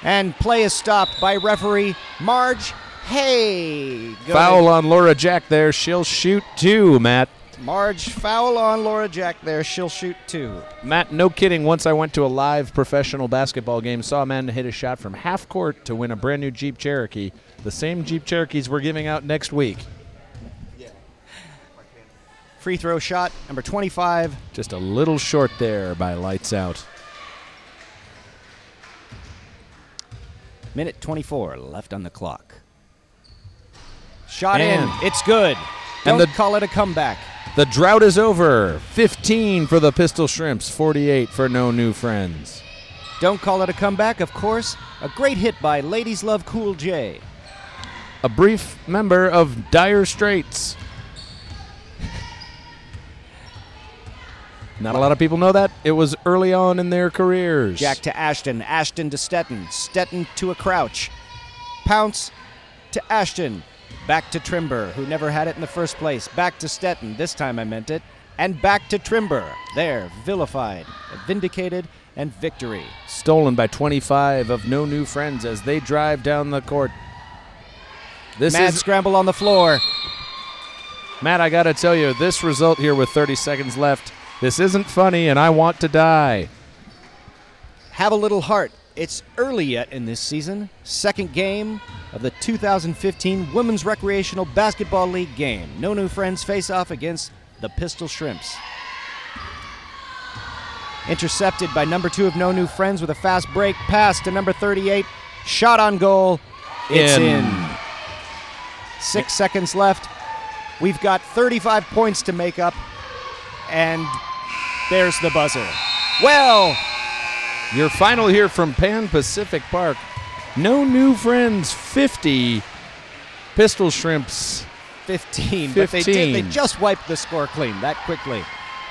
Speaker 2: And play is stopped by referee Marge Hay. Go
Speaker 3: Foul on Laura Jack there. She'll shoot two, Matt.
Speaker 2: ahead. Marge, foul on Laura Jack there. She'll shoot two.
Speaker 3: Matt, no kidding. Once I went to a live professional basketball game, saw a man hit a shot from half court to win a brand new Jeep Cherokee. The same Jeep Cherokees we're giving out next week.
Speaker 2: Free throw shot, number 25.
Speaker 3: Just a little short there by Lights Out.
Speaker 2: Minute 24 left on the clock. Shot
Speaker 3: And-
Speaker 2: in. It's good. Don't
Speaker 3: And the-
Speaker 2: call it a comeback.
Speaker 3: The drought is over. 15 for the Pistol Shrimps, 48 for No New Friends.
Speaker 2: Don't call it a comeback, of course. A great hit by Ladies Love Cool J.
Speaker 3: A brief member of Dire Straits. *laughs* Not a lot of people know that. It was early on in their careers.
Speaker 2: Jack to Ashton, Ashton to Stetton, Stetton to a crouch. Pounce to Ashton, back to Trimber, who never had it in the first place, back to Stetton, this time I meant it, and back to Trimber. There, vilified, vindicated, and victory.
Speaker 3: stolen by 25 of no new friends as they drive down the court. This
Speaker 2: Mad
Speaker 3: is
Speaker 2: scramble on the floor.
Speaker 3: Matt. I gotta tell you, this result here with 30 seconds left. This isn't funny, and I want to die.
Speaker 2: Have a little heart. It's early yet in this season. Second game of the 2015 Women's Recreational Basketball League game. No new friends face off against the Pistol Shrimps. Intercepted by number two of No New Friends with a fast break pass to number 38. Shot on goal. It's
Speaker 3: In.
Speaker 2: in. Six seconds left. We've got 35 points to make up. And there's the buzzer. Well,
Speaker 3: Your final here from Pan Pacific Park. No new friends. 50 pistol shrimps.
Speaker 2: 15, but they did. They
Speaker 3: 15.
Speaker 2: just wiped the score clean that quickly.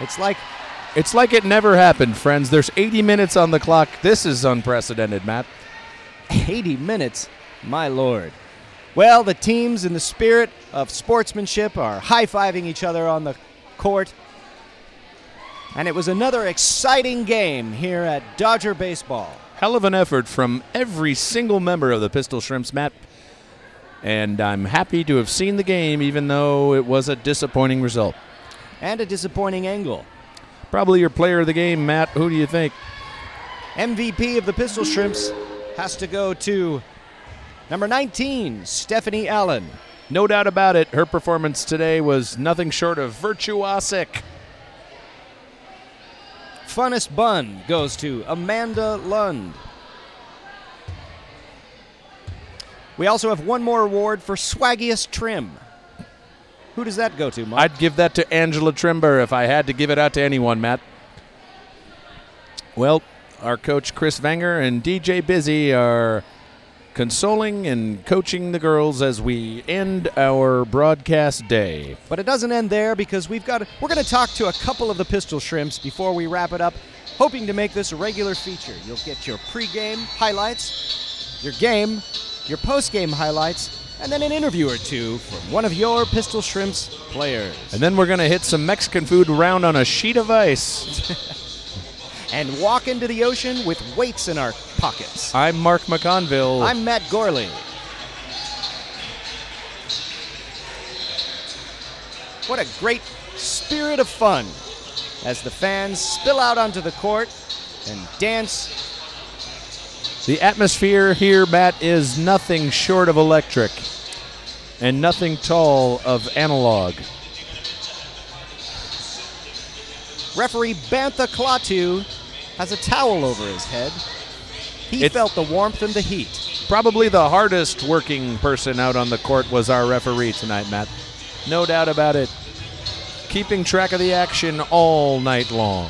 Speaker 2: It's like
Speaker 3: It's like it never happened, friends. There's 80 minutes on the clock. This is unprecedented, Matt.
Speaker 2: 80 minutes, my lord. Well, the teams in the spirit of sportsmanship are high fiving each other on the court. And it was another exciting game here at Dodger Baseball.
Speaker 3: Hell of an effort from every single member of the Pistol Shrimps, Matt. And I'm happy to have seen the game, even though it was a disappointing result.
Speaker 2: And a disappointing angle.
Speaker 3: Probably your player of the game, Matt. Who do you think?
Speaker 2: MVP of the Pistol Shrimps has to go to number 19, Stephanie Allen.
Speaker 3: No doubt about it, her performance today was nothing short of virtuosic.
Speaker 2: Funnest Bun goes to Amanda Lund. We also have one more award for swaggiest trim. Who does that go to, Mark?
Speaker 3: I'd give that to Angela Trimber if I had to give it out to anyone, Matt. Well, our coach Chris Wenger and DJ Busy are consoling and coaching the girls as we end our broadcast day.
Speaker 2: But it doesn't end there because we've got we're going to talk to a couple of the pistol shrimps before we wrap it up, hoping to make this a regular feature. You'll get your pregame highlights, your game, your postgame highlights, and then an interview or two from one of your pistol shrimps players.
Speaker 3: And then we're going to hit some Mexican food round on a sheet of ice.
Speaker 2: And walk into the ocean with weights in our pockets.
Speaker 3: I'm Mark McConville.
Speaker 2: I'm Matt Gorley. What a great spirit of fun as the fans spill out onto the court and dance.
Speaker 3: The atmosphere here, Matt, is nothing short of electric and nothing tall of analog.
Speaker 2: Referee Bantha Klaatu has a towel over his head. He
Speaker 3: It's-
Speaker 2: felt the warmth and the heat.
Speaker 3: Probably the hardest working person out on the court was our referee tonight, Matt. No doubt about it. Keeping track of the action all night long.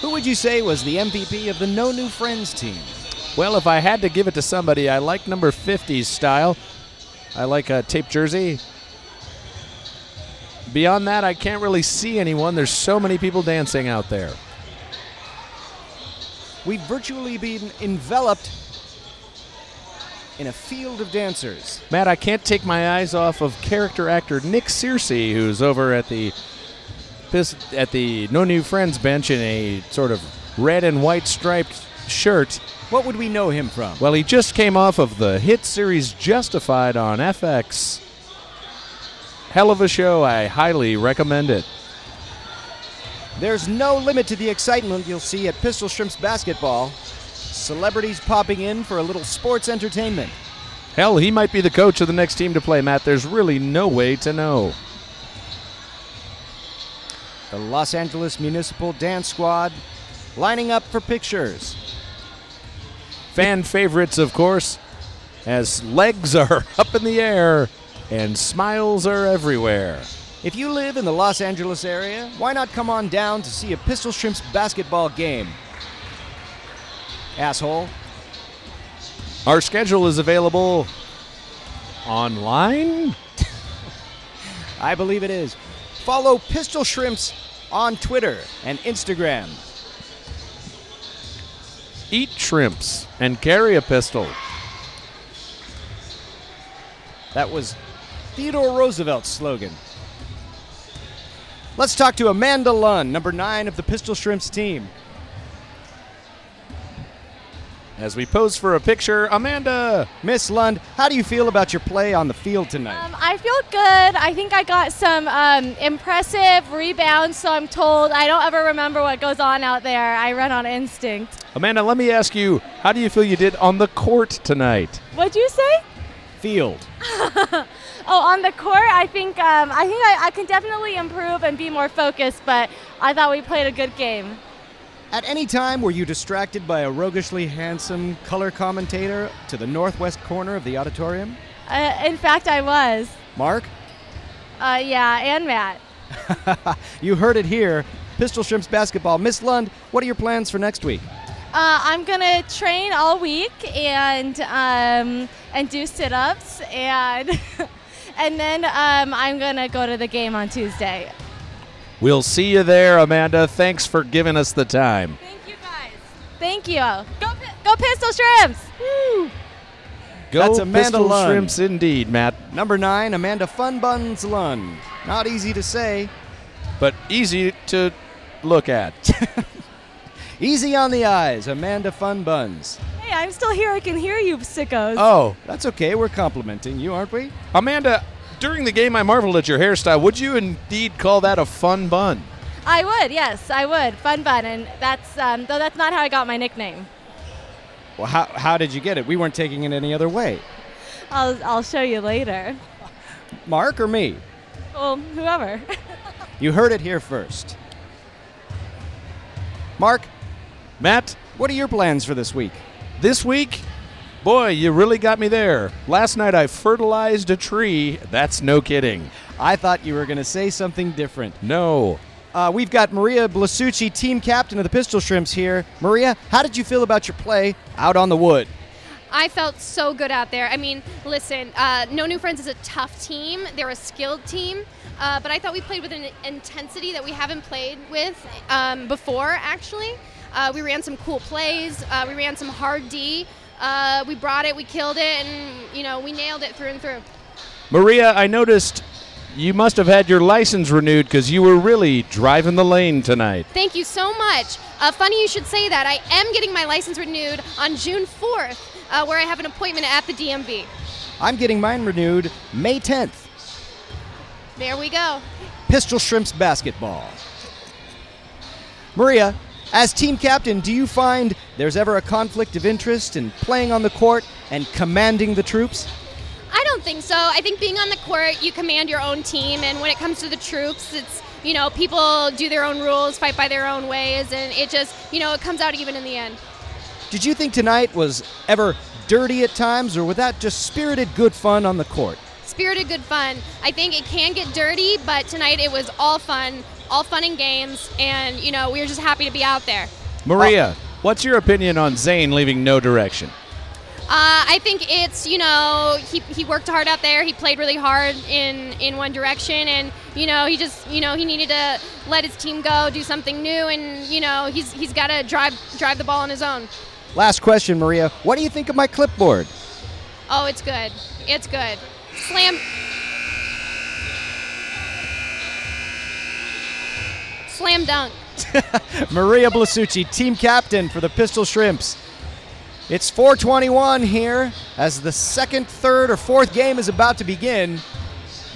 Speaker 2: Who would you say was the MVP of the No New Friends team?
Speaker 3: Well, if I had to give it to somebody, I like number 50's style. I like a tape jersey. Beyond that, I can't really see anyone. There's so many people dancing out there.
Speaker 2: We've virtually been enveloped in a field of dancers.
Speaker 3: Matt, I can't take my eyes off of character actor Nick Searcy, who's over at the this at the No New Friends bench in a sort of red and white striped shirt.
Speaker 2: What would we know him from?
Speaker 3: Well, he just came off of the hit series Justified on FX. Hell of a show. I highly recommend it.
Speaker 2: There's no limit to the excitement you'll see at Pistol Shrimps basketball. Celebrities popping in for a little sports entertainment.
Speaker 3: Hell, he might be the coach of the next team to play, Matt. There's really no way to know.
Speaker 2: The Los Angeles Municipal Dance Squad lining up for pictures.
Speaker 3: Fan favorites, of course, as legs *laughs* are up in the air and smiles are everywhere.
Speaker 2: If you live in the Los Angeles area, why not come on down to see a Pistol Shrimps basketball game? Asshole.
Speaker 3: Our schedule is available online.
Speaker 2: I believe it is. Follow Pistol Shrimps on Twitter and Instagram.
Speaker 3: Eat shrimps and carry a pistol.
Speaker 2: That was Theodore Roosevelt's slogan. Let's talk to Amanda Lunn, number nine of the Pistol Shrimps team.
Speaker 3: As we pose for a picture, Amanda.
Speaker 2: Miss Lund, how do you feel about your play on the field tonight?
Speaker 4: Um, I feel good. I think I got some um, impressive rebounds, so I'm told. I don't ever remember what goes on out there. I run on instinct.
Speaker 3: Amanda, let me ask you, how do you feel you did on the court tonight?
Speaker 4: What'd you say?
Speaker 2: Field.
Speaker 4: Oh, on the court, I think um, I think I, I can definitely improve and be more focused. But I thought we played a good game.
Speaker 2: At any time, were you distracted by a roguishly handsome color commentator to the northwest corner of the auditorium?
Speaker 4: Uh, in fact, I was.
Speaker 2: Mark,
Speaker 4: Uh, yeah, and Matt.
Speaker 2: you heard it here. Pistol Shrimps basketball. Miss Lund, what are your plans for next week?
Speaker 4: Uh, I'm gonna train all week and um, and do sit-ups and *laughs* and then um, I'm gonna go to the game on Tuesday.
Speaker 3: We'll see you there, Amanda. Thanks for giving us the time.
Speaker 4: Thank you guys. Thank you. Go Pi- go Pistol Shrimps.
Speaker 3: Go
Speaker 2: That's Amanda
Speaker 3: pistol
Speaker 2: Lund.
Speaker 3: shrimps indeed, Matt.
Speaker 2: Number nine, Amanda Fun Buns Lund. Not easy to say,
Speaker 3: But easy to
Speaker 2: *laughs*
Speaker 3: look at.
Speaker 2: easy on the eyes, Amanda Fun Buns.
Speaker 4: Hey, I'm still here. I can hear you, sickos.
Speaker 3: oh,
Speaker 2: That's okay, we're complimenting you, aren't we?
Speaker 3: Amanda, during the game I marveled at your hairstyle. Would you indeed call that a fun bun?
Speaker 4: I would, yes, I would. Fun Bun, and that's um, though that's not how I got my nickname.
Speaker 2: Well, how, how did you get it? We weren't taking it any other way.
Speaker 4: I'll I'll show you later.
Speaker 2: Mark or me?
Speaker 4: Well, whoever. *laughs*
Speaker 2: You heard it here first. Mark,
Speaker 3: Matt,
Speaker 2: what are your plans for this week?
Speaker 3: this week, boy, you really got me there. Last night I fertilized a tree. That's no kidding.
Speaker 2: I thought you were going to say something different.
Speaker 3: No.
Speaker 2: Uh, we've got Maria Blasucci, team captain of the Pistol Shrimps here. Maria, how did you feel about your play out on the wood?
Speaker 7: I felt so good out there. I mean, listen, uh, No New Friends is a tough team. They're a skilled team, uh, but I thought we played with an intensity that we haven't played with um, before, actually. Uh, we ran some cool plays, uh, we ran some hard D. Uh, we brought it, we killed it, and, you know, we nailed it through and through.
Speaker 3: Maria, I noticed you must have had your license renewed because you were really driving the lane tonight.
Speaker 7: Thank you so much. Uh, funny you should say that. I am getting my license renewed on June 4th, uh, where I have an appointment at the DMV.
Speaker 2: I'm getting mine renewed May 10th.
Speaker 7: There we go.
Speaker 2: Pistol Shrimps basketball. Maria, as team captain, do you find there's ever a conflict of interest in playing on the court and commanding the troops?
Speaker 7: I don't think so. I think being on the court, you command your own team, and when it comes to the troops, it's you know people do their own rules, fight by their own ways, and it just you know it comes out even in the end.
Speaker 2: Did you think tonight was ever dirty at times, or was that just spirited good fun on the court?
Speaker 7: Spirited good fun. I think it can get dirty, but tonight it was all fun, all fun and games, and you know we were just happy to be out there.
Speaker 3: Maria,
Speaker 2: Oh.
Speaker 3: what's your opinion on Zane leaving no direction?
Speaker 7: Uh, I think it's you know he, he worked hard out there. He played really hard in in one direction, and you know he just you know he needed to let his team go, do something new, and you know he's he's got to drive drive the ball on his own.
Speaker 2: Last question, Maria. What do you think of my clipboard?
Speaker 7: Oh, it's good. It's good. Slam. Slam dunk.
Speaker 2: *laughs* Maria Blasucci, team captain for the Pistol Shrimps. It's 421 here as the second, third, or fourth game is about to begin.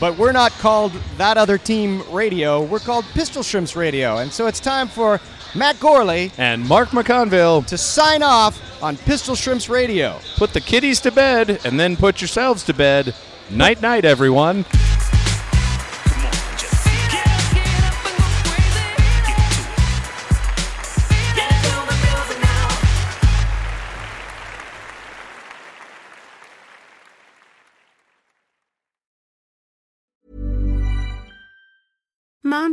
Speaker 2: But we're not called that other team radio. We're called Pistol Shrimps Radio. And so it's time for Matt Gorley
Speaker 3: And Mark McConville,
Speaker 2: to sign off on Pistol Shrimps Radio.
Speaker 3: put the kiddies to bed and then put yourselves to bed. Night, night, everyone.
Speaker 1: Come on, just get up, get up and go crazy. Get to it. Get to the music now.
Speaker 8: Mom